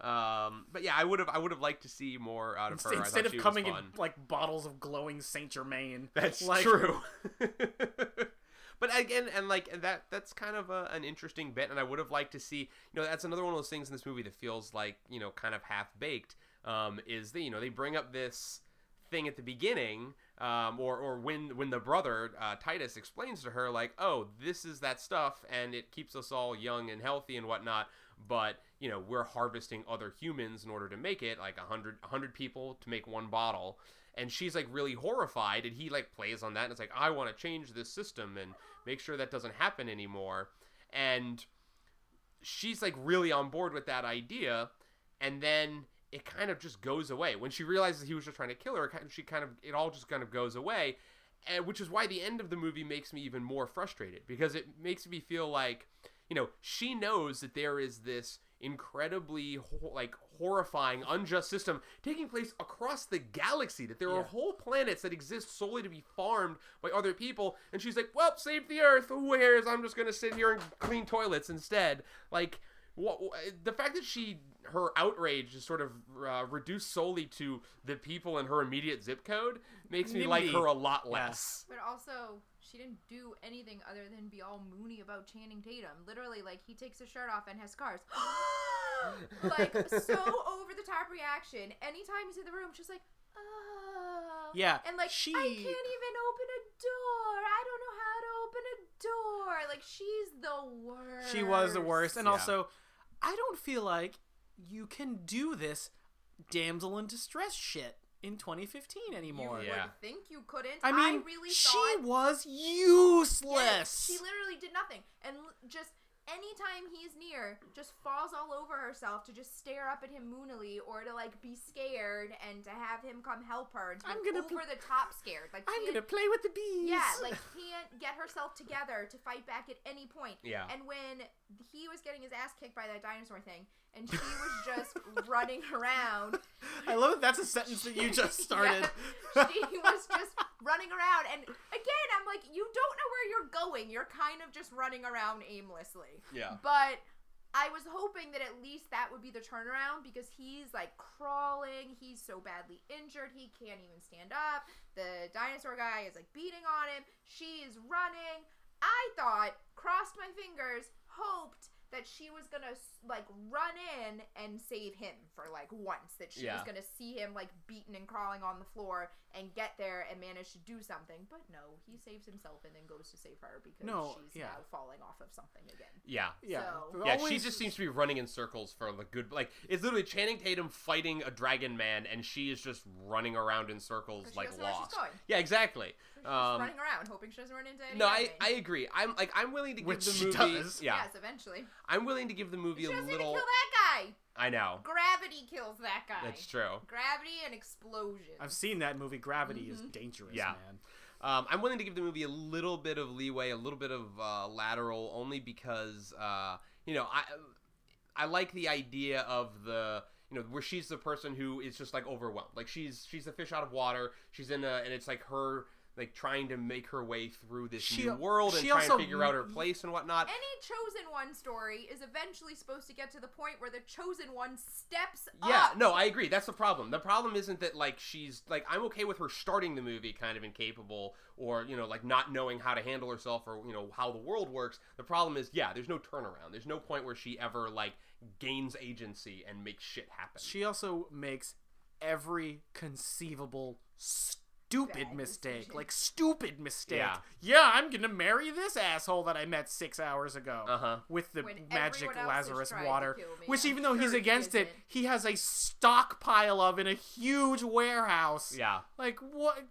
um, but yeah, I would have I would have liked to see more out of her. I thought
Instead of
she was
coming in
fun.
like bottles of glowing Saint Germain.
That's
like,
true. but again, and like and that that's kind of a, an interesting bit, and I would have liked to see. You know, that's another one of those things in this movie that feels like you know kind of half baked. Um, is the you know they bring up this thing at the beginning, um, or or when when the brother uh, Titus explains to her like, oh, this is that stuff, and it keeps us all young and healthy and whatnot. But you know, we're harvesting other humans in order to make it like a hundred a hundred people to make one bottle. And she's like really horrified, and he like plays on that, and it's like, I want to change this system and make sure that doesn't happen anymore. And she's like really on board with that idea and then it kind of just goes away when she realizes he was just trying to kill her. it kind- She kind of it all just kind of goes away, and which is why the end of the movie makes me even more frustrated because it makes me feel like, you know, she knows that there is this incredibly ho- like horrifying unjust system taking place across the galaxy that there are
Yeah.
whole planets that exist solely to be farmed by other people and she's like well save the earth who cares i'm just gonna sit here and clean toilets instead like what, the fact that she her outrage is sort of uh, reduced solely to the people in her immediate zip code makes me like
Nimby.
her a lot
Yeah.
less
But also, she didn't do anything other than be all moony about Channing Tatum. Literally, like he takes his shirt off and has scars. like so over the top reaction. Anytime he's in the room, she's like, oh.
Yeah,
And like
she-
I can't even open a door. I don't know how to open a door. Like she's the worst.
She was the worst. And
Yeah.
also, I don't feel like you can do this damsel in distress shit in 2015
you
anymore.
would
Yeah.
think you couldn't.
I mean,
really
she
thought
was
Yes,
useless.
She literally did nothing. And l- just anytime he's near, just falls all over herself to just stare up at him moonily or to like be scared and to have him come help her. And to
I'm
be
gonna
over
pl-
the top scared. Like
I'm
can't-
gonna play with the bees.
yeah, like can't get herself together to fight back at any point.
Yeah.
And when he was getting his ass kicked by that dinosaur thing, and she was just running around,
I love that that's a sentence that you just started.
Yeah, she was just running around, and again, I'm like, you don't know where you're going. You're kind of just running around aimlessly.
yeah
But I was hoping that at least that would be the turnaround because he's like crawling. He's so badly injured, he can't even stand up. The dinosaur guy is like beating on him. She is running. I thought, crossed my fingers, hoped that she was gonna s- like run in and save him for like once. That she
Yeah.
was gonna see him like beaten and crawling on the floor and get there and manage to do something. But no, he saves himself and then goes to save her because
No,
she's
yeah.
now falling off of something again.
yeah
yeah,
So-
Yeah, she
Always-
just seems to be running in circles for the good. Like it's literally Channing Tatum fighting a dragon man, and she is just running around in circles
'Cause she
like
doesn't know where she's
lost.
going.
Yeah, exactly.
She's just
Um,
running around, hoping she doesn't run into any
no, I, I
enemy.
agree. I'm like I'm willing to give
Which
the
she
movie.
does.
Yeah,
Yes, eventually.
I'm willing to give the movie
She
a
doesn't even
little.
kill that guy.
I know
Gravity kills that guy.
that's true.
Gravity and explosions.
I've seen that movie. Gravity is
Mm-hmm.
dangerous,
Yeah.
man.
Um, I'm willing to give the movie a little bit of leeway, a little bit of uh, lateral, only because uh, you know I I like the idea of the you know where she's the person who is just like overwhelmed, like she's she's a fish out of water. She's in a and it's like her like trying to make her way through this
She-
new world and
she
trying to
also-
figure out her place and whatnot.
Any chosen one story is eventually supposed to get to the point where the chosen one steps
Yeah,
up.
no, I agree. That's the problem. The problem isn't that like she's like I'm okay with her starting the movie kind of incapable or you know like not knowing how to handle herself or you know how the world works. The problem is yeah, there's no turnaround. There's no point where she ever like gains agency and makes shit happen.
She also makes every conceivable stupid
Bad
mistake.
decision.
Like stupid mistake.
Yeah.
Yeah, I'm gonna marry this asshole that I met six hours ago.
Uh-huh.
With the
When
magic
everyone else has
Lazarus
tried to
water.
kill me,
Which
I'm
even though he's
sure he
against it,
isn't.
he has a stockpile of in a huge warehouse.
yeah.
Like what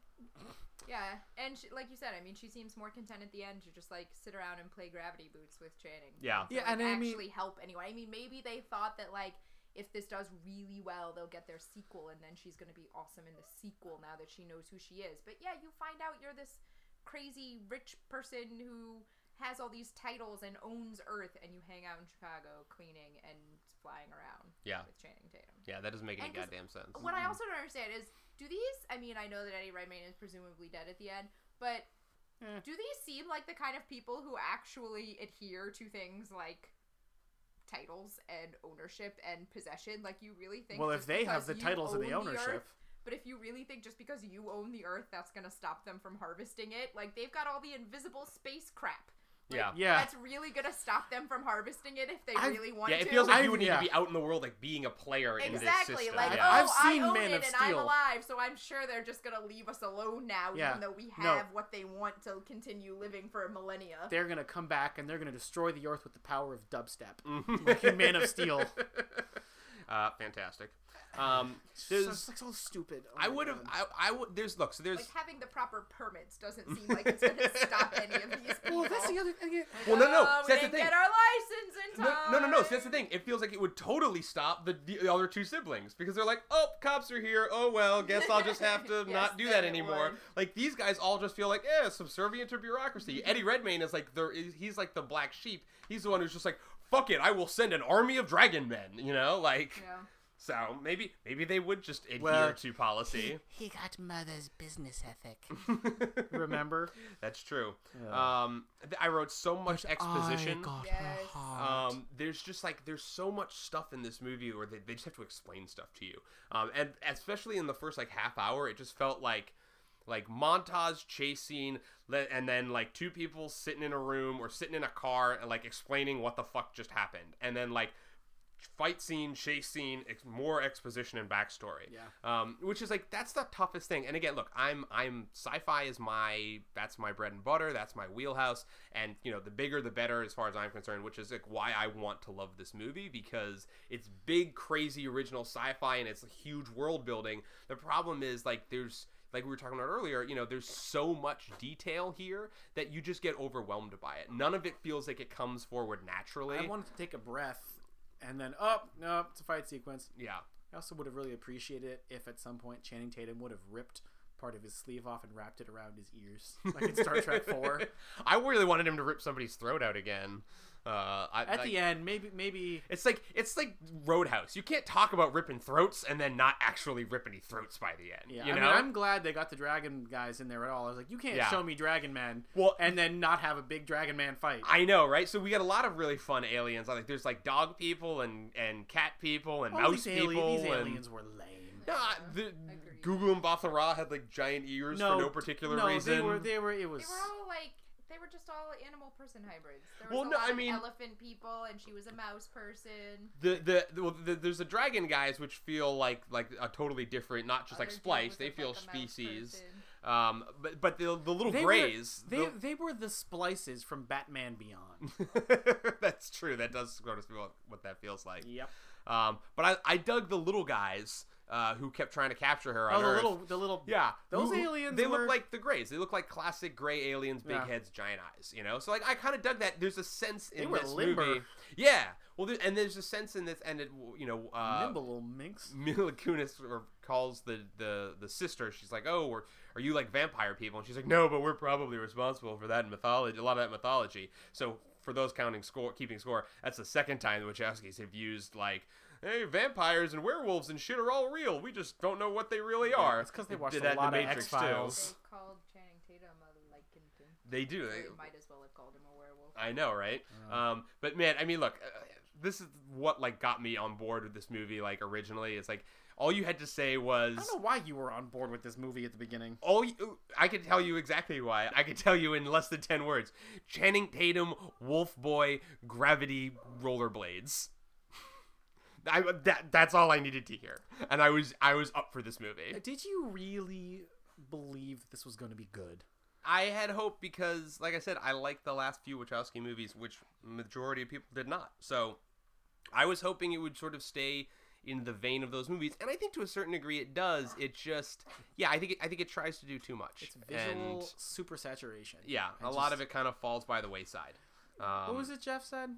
Yeah, and she, like you said, I mean, she seems more content at the end to just like sit around and play gravity boots with Channing.
Yeah.
to,
Yeah,
like,
and I mean-
actually help anyone. I mean, maybe they thought that like if this does really well, they'll get their sequel, and then she's gonna be awesome in the sequel now that she knows who she is. But yeah, you find out you're this crazy rich person who has all these titles and owns Earth, and you hang out in Chicago cleaning and flying around.
Yeah.
with Channing Tatum.
Yeah, that doesn't make any
And 'cause
goddamn sense.
What
Mm-hmm.
I also don't understand is, do these? I mean, I know that Eddie Redmayne is presumably dead at the end, but
Eh.
do these seem like the kind of people who actually adhere to things like titles and ownership and possession? Like, you really think?
Well if
just
they have
because
the
you
titles and the
own
ownership.
Earth- but if you really think just because you own the Earth, that's gonna stop them from harvesting it? Like, they've got all the invisible space crap. Like,
Yeah.
Yeah.
That's really gonna stop them from harvesting it if they
I-
really want
yeah,
to.
it feels like you
I-
would need
yeah.
to be out in the world like being a player in this
Exactly.
system.
Like,
yeah.
I've
oh,
seen
I own
Man
it
of
and
Steel.
I'm alive, so I'm sure they're just gonna leave us alone now,
Yeah.
even though we
No.
have what they want to continue living for millennia.
They're gonna come back and they're gonna destroy the earth with the power of dubstep. like in Man of Steel.
uh, fantastic. Um, there's,
so, so stupid. Oh
I
my
would have.
God.
I, I would. There's look. So there's.
like having the proper permits doesn't seem like it's gonna stop any of these people.
Well that's the other thing.
Well, no, no.
Uh,
see,
we
that's the
didn't
thing.
get our license in
no, no, no, no. So that's the thing. It feels like it would totally stop the, the other two siblings because they're like, oh, cops are here. Oh well, guess I'll just have to
Yes,
not do
then
that
it
anymore.
would.
Like these guys all just feel like, yeah, subservient to bureaucracy.
Mm-hmm.
Eddie Redmayne is like there is he's like the black sheep. He's the one who's just like, fuck it, I will send an army of dragon men. You know, like
Yeah.
so maybe maybe they would just adhere
Well,
to policy.
He got mother's business ethic.
Remember?
That's true.
Yeah.
Um, th- I wrote so much exposition.
I got
Yes.
her heart.
Um, there's just like there's so much stuff in this movie where they, they just have to explain stuff to you. Um, and especially in the first like half hour, it just felt like like montage chase scene, le- and then like two people sitting in a room or sitting in a car and like explaining what the fuck just happened, and then like fight scene, chase scene, ex- more exposition and backstory.
Yeah.
Um, which is like that's the toughest thing. And again, look, I'm I'm sci-fi is my that's my bread and butter, that's my wheelhouse, and you know the bigger the better as far as I'm concerned. Which is like why I want to love this movie because it's big, crazy, original sci-fi and it's huge world building. The problem is like there's like we were talking about earlier, you know, there's so much detail here that you just get overwhelmed by it. None of it feels like it comes forward naturally.
I wanted to take a breath and then, oh, no, it's a fight sequence.
yeah.
I also would have really appreciated it if at some point Channing Tatum would have ripped part of his sleeve off and wrapped it around his ears, like in Star Trek 4.
I really wanted him to rip somebody's throat out again. Uh, I,
At
like-
the end, maybe, maybe.
It's like it's like Roadhouse. You can't talk about ripping throats and then not actually rip any throats by the end.
Yeah,
you
I
know.
mean, I'm glad they got the dragon guys in there at all. I was like, you can't
Yeah.
show me Dragon Man
Well-
and then not have a big Dragon Man fight.
I know, right? So we got a lot of really fun aliens. Like there's like dog people and and cat people and
All
mouse
Oh, these, ali-
people
these
and.
aliens were lame.
Nah, the,
Agreed.
Gugu and Bothra had like giant ears for no particular
no,
reason.
they were. They were. It was.
They were all like they were just all animal person hybrids. There was
Well,
a
no,
lot
I
of
mean-
elephant people, and she was a mouse person.
the the, the, well, the there's the dragon guys which feel like like a totally different, not just like
Other dude
splice.
was
They
like
feel
a mouse
species.
person.
Um, but but the the little
They were-
grays.
They,
the-
they were the splices from Batman Beyond.
That's true. That does sort of feel what that feels like.
yep.
Um, but I, I dug the little guys uh, who kept trying to capture her on
Oh, the
Earth.
little, the little.
yeah,
Those
Who- who-
aliens
They
were-
look like the Greys. They look like classic gray aliens, big
Yeah.
heads, giant eyes. You know, so like I kind of dug that. There's a sense in
They were
this
limber.
movie. Yeah. Well, there, and there's a sense in this, and it, you know, uh,
nimble little minx.
Mila Kunis or calls the, the, the sister. She's like, "Oh, we're, are you like vampire people?" And she's like, "No, but we're probably responsible for that in mythology. A lot of that mythology." So for those counting score, keeping score, that's the second time the Wachowskis have used like, "Hey, vampires and werewolves and shit are all real. We just don't know what they really are."
it's 'cause they
Did
watched a
that in The
lot of
Matrix, too.
X-Files.
They called Channing Tatum a lycanthrope.
They do.
They
They- Uh.
might as well have called him a werewolf.
I know, right? Um, but man, I mean, look, uh, this is what like got me on board with this movie. Like originally, it's like all you had to say was.
I don't know why you were on board with this movie at the beginning.
All you, I can tell you exactly why. I can tell you in less than ten words. Channing Tatum, Wolf Boy, Gravity, Rollerblades. I, that, that's all I needed to hear, and I was I was up for this movie.
Did you really believe this was going to be good?
I had hope because, like I said, I liked the last few Wachowski movies, which majority of people did not. So I was hoping it would sort of stay in the vein of those movies, and I think to a certain degree it does. It just, yeah, I think it, I think it tries to do too much.
It's visual
and-
super saturation.
Yeah, a lot of it kind of falls by the wayside. Um,
What was it Jeff said?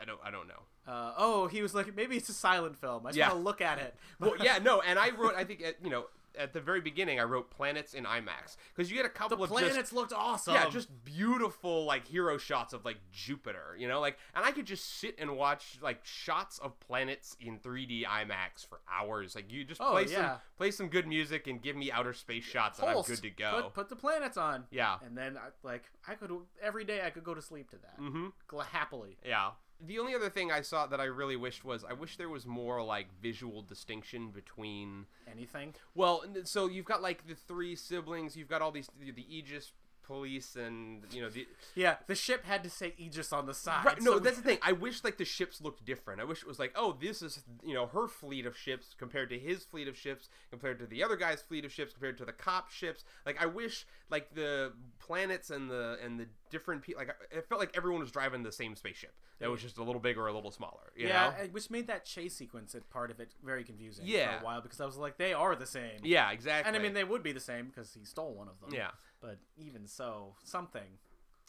I don't. I don't know.
Uh, oh, he was like, maybe it's a silent film. I just
Yeah.
want to look at it.
Well, yeah, no. And I wrote. I think at, you know at the very beginning I wrote planets in IMAX because you get a
the
couple of
planets
just
looked awesome.
yeah just beautiful like hero shots of like Jupiter, you know, like and I could just sit and watch like shots of planets in 3D IMAX for hours. Like you just
Oh,
play some
yeah.
play some good music and give me outer space shots and I'm
Pulse.
good to go.
Put, put the planets on.
yeah.
And then, I, like, I could every day I could go to sleep to that
Mm-hmm.
Gla- happily.
Yeah. The only other thing I saw that I really wished was I wish there was more like visual distinction between
Anything.
well, n- so you've got like the three siblings, you've got all these the, the Aegis police and you know the
Yeah, the ship had to say Aegis on the side.
Right, no
Ah, so-
that's the thing i wish like the ships looked different i wish it was like oh this is you know her fleet of ships compared to his fleet of ships compared to the other guy's fleet of ships compared to the cop ships like i wish like the planets and the and the different people like I- it felt like everyone was driving the same spaceship that was just a little bigger or a little smaller you
yeah,
know?
and- which made that chase sequence at part of it very confusing
Yeah.
for a while because I was like, they are the same.
yeah exactly
And I mean, they would be the same because he stole one of them.
Yeah.
But even so, something.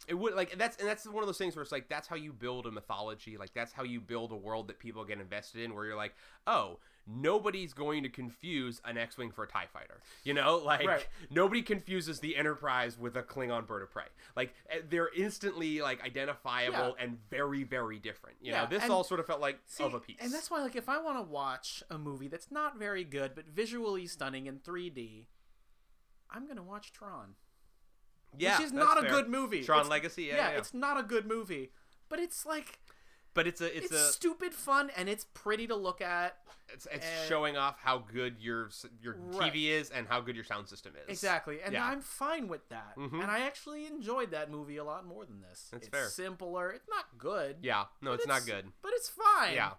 It would like that's and that's one of those things where it's like that's how you build a mythology, like that's how you build a world that people get invested in, where you're like, oh, nobody's going to confuse an X-wing for a Tie fighter, you know, like
Right.
nobody confuses the Enterprise with a Klingon bird of prey. Like eh, they're instantly like identifiable and very very different. You
Yeah,
know, this
and-
all sort of felt like
See,
of a piece.
And that's why, like, if I want to watch a movie that's not very good but visually stunning in 3D, I'm gonna watch Tron,
yeah,
which is
that's
not
fair.
a good movie.
Tron
It's-
Legacy, yeah,
yeah,
yeah.
it's not a good movie, but it's like
but it's a it's,
it's,
a
stupid fun and it's pretty to look at.
it's, it's
and-
showing off how good your s- your
Right.
TV is and how good your sound system is.
Exactly, and
yeah.
I'm fine with that.
Mhm.
And I actually enjoyed that movie a lot more than this.
That's
it's
fair.
simpler. It's not good.
Yeah, no,
but
it's, not good.
But it's fine.
Yeah.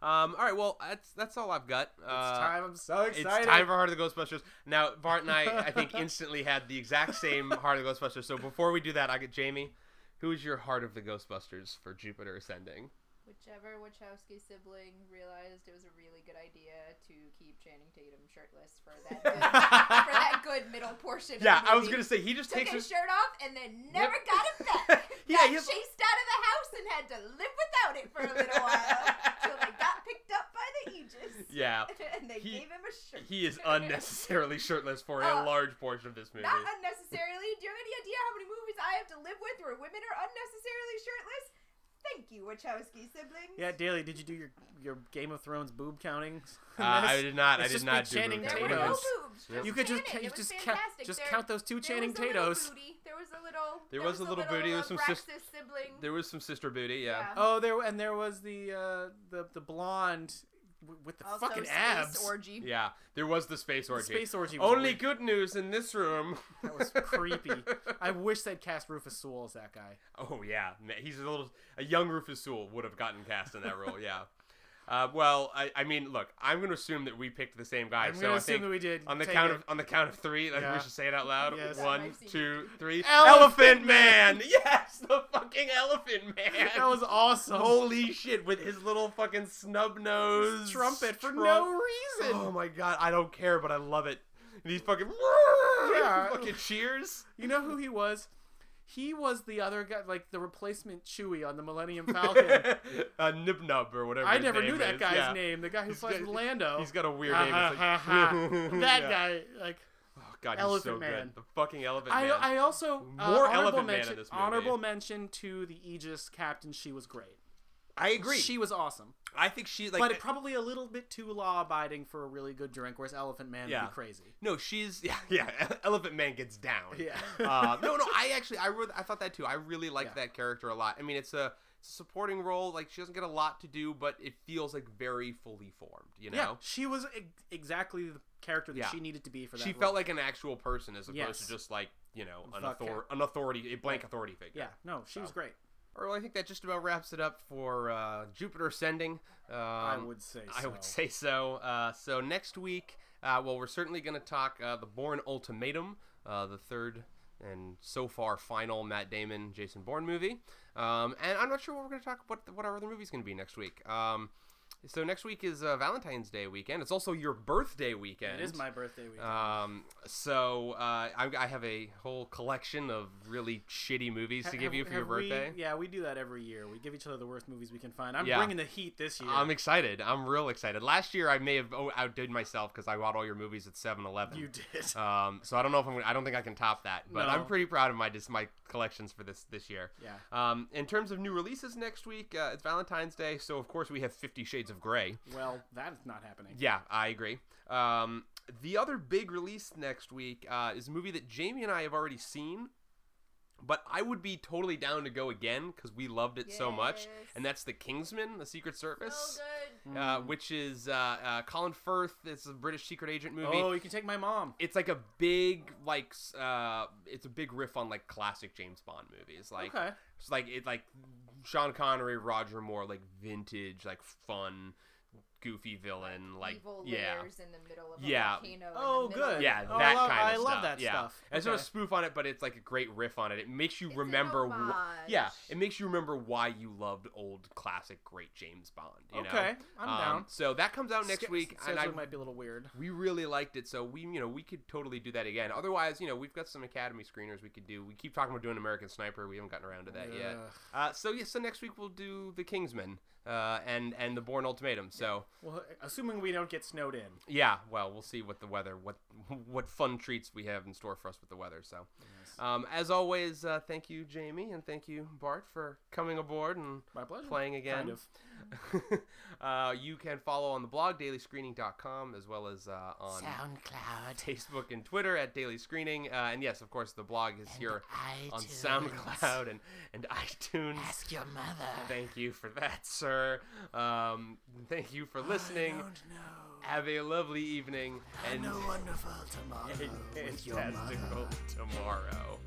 Um. All right. Well, that's that's all I've got.
It's
Uh,
time. I'm so
It's
excited.
time for Heart of the Ghostbusters. Now, Bart and I, I think, instantly had the exact same Heart of the Ghostbusters. So before we do that, I get Jamie. Who is your Heart of the Ghostbusters for Jupiter Ascending?
Whichever Wachowski sibling realized it was a really good idea to keep Channing Tatum shirtless for that good, for that good middle portion.
Yeah,
of the
I was
movie.
gonna say he just
took
takes
his
his.
shirt off and then never got it back.
Yeah,
got
he's-
chased out of the house and had to live without it for a little while till they got picked up by the Aegis.
Yeah,
and they
He-
gave him a shirt.
he is unnecessarily shirtless for a
Uh,
large portion of this movie.
Not unnecessarily. Do you have any idea how many movies I have to live with where women are unnecessarily shirtless? Thank you, Wachowski siblings.
Yeah, Daly, did you do your your Game of Thrones boob counting?
Uh, I did not. I
It's
did
just
not
been
do
Channing
Ruben
There were
Tatum.
no
Tatum's.
Potatoes.
boobs.
You
Just
You could just
Channing.
ca- you
It was
just count
fantastic.
just
There-
count those two Channing
there was a little
Tatoes.
booty. There was a little.
There was a little booty. There was some sis-
Abraxas sibling.
There was some sister booty. Yeah.
Yeah.
Oh, there and there was the uh, the the blonde w- with the
also
fucking
space
abs.
orgy.
Yeah, there was the space
The
orgy.
space orgy. Was
Only
weird.
good news in this room.
that was creepy. I wish they'd cast Rufus Sewell as that guy.
Oh yeah, Ma- he's a little a young Rufus Sewell would have gotten cast in that role. Yeah. Uh, well, I, I mean, look, I'm going to assume that we picked the same guy.
I'm
so
gonna
I
assume
think
that we did
on the
take
count
it.
of on the count of three, like
Yeah.
we should say it out loud.
Yes.
One,
I've seen
two, three.
Elephant
Elephant Man. Yes, the fucking Elephant Man.
that was awesome.
holy shit with his little fucking snub nose
trumpet for
trump-
no reason.
Oh my god, I don't care, but I love it. And he's fucking
Yeah.
fucking cheers.
You know who he was? He was the other guy, like the replacement Chewie on the Millennium Falcon.
uh, Nib Nub or whatever.
I
his
never
name
knew that
is,
guy's
yeah.
name. The guy who
He's
plays
got-
Lando.
He's got a weird
Ha,
name.
ha,
It's
ha, ha.
like,
that
Yeah.
guy, like
Oh god, he's so
Elephant
good.
Man.
The fucking elephant
I,
man.
I also uh,
More
honorable
Elephant Man in
mention,
this movie.
honorable mention to the Aegis captain. She was great.
I agree.
She was awesome,
I think she like
but it, probably a little bit too law-abiding for a really good drink. Whereas Elephant Man
Yeah.
would be crazy.
No, she's yeah, yeah. Elephant Man gets down.
Yeah.
uh, no, no. I actually, I really, I thought that too. I really liked
Yeah.
that character a lot. I mean, it's a, it's a supporting role. Like she doesn't get a lot to do, but it feels like very fully formed. You know,
Yeah, she was ex- exactly the character that
Yeah.
she needed to be for that.
she
role.
felt like an actual person as opposed
Yes.
to just like you know an,
Fuck
author- an authority, a blank authority figure.
yeah, no, she was
So.
great.
All right, well, I think that just about wraps it up for uh, Jupiter Ascending. Um,
I would say.
I
so.
would say so. Uh, so next week, uh, well, we're certainly going to talk uh, the Bourne Ultimatum, uh, the third and so far final Matt Damon Jason Bourne movie. Um, and I'm not sure what we're going to talk about. What our other movie's going to be next week. Um, so next week is uh, Valentine's Day weekend. It's also your birthday weekend.
It is my birthday weekend.
Um, so uh, I, I have a whole collection of really shitty movies to
Ha-
give
have-
you for your
have we-
birthday.
yeah, we do that every year. We give each other the worst movies we can find. I'm
Yeah.
bringing the heat this year.
I'm excited. I'm real excited. Last year I may have o- outdid myself because I bought all your movies at 7-Eleven.
you did.
Um, so I don't know if I'm. Gonna, I don't think I can top that, but I'm
No.
pretty proud of my just my collections for this this year.
yeah.
Um, in terms of new releases next week, uh, it's Valentine's Day, so of course we have Fifty Shades of Grey.
Well, that's not happening.
Yeah, I agree. Um, the other big release next week uh, is a movie that Jamie and I have already seen, but I would be totally down to go again because we loved it so much,
Yes.
and that's The Kingsman: The Secret Service
So good.
uh,
Mm.
which is uh, uh, Colin Firth. It's a British secret agent movie.
Oh, you can take my mom.
It's like a big like s- uh, it's a big riff on like classic James Bond movies. Like
okay.
it's like it like Sean Connery, Roger Moore, like vintage, like fun goofy villain, like
evil
yeah.
layers in the middle of a
Yeah.
volcano. in
Oh,
the middle
good.
of-
Yeah,
Oh, I
that
love-
kind of
I
stuff.
love that
yeah.
stuff.
It's not a
Okay.
spoof on it, but it's like a great riff on it. It makes you
It's an
remember. wh- yeah,
homage.
it makes you remember why you loved old classic great James Bond. You know?
okay, I'm
Um,
down.
So that comes out next
Sk-
week,
says
and I
we might be a little weird.
we really liked it, so we you know we could totally do that again. Otherwise, you know we've got some Academy screeners we could do. We keep talking about doing American Sniper. We haven't gotten around to that yet.
Ugh.
Uh, so yeah, so next week we'll do The Kingsman uh, and and The Bourne Ultimatum. So
Well, assuming we don't get snowed in.
yeah, well we'll see what the weather, what what fun treats we have in store for us with the weather. So um, as always, uh, thank you Jamie and thank you Bart for coming aboard and
My pleasure.
playing again.
Kind of.
uh, you can follow on the blog dailyscreening.com as well as uh, on
SoundCloud.
Facebook and Twitter at Daily Screening. Uh, and yes, of course, the blog is here
iTunes.
on SoundCloud and, and iTunes.
Ask your mother.
Thank you for that, sir. Um, thank you for listening. Have a lovely evening and
No wonderful tomorrow
a
with your mother.
fantastical tomorrow.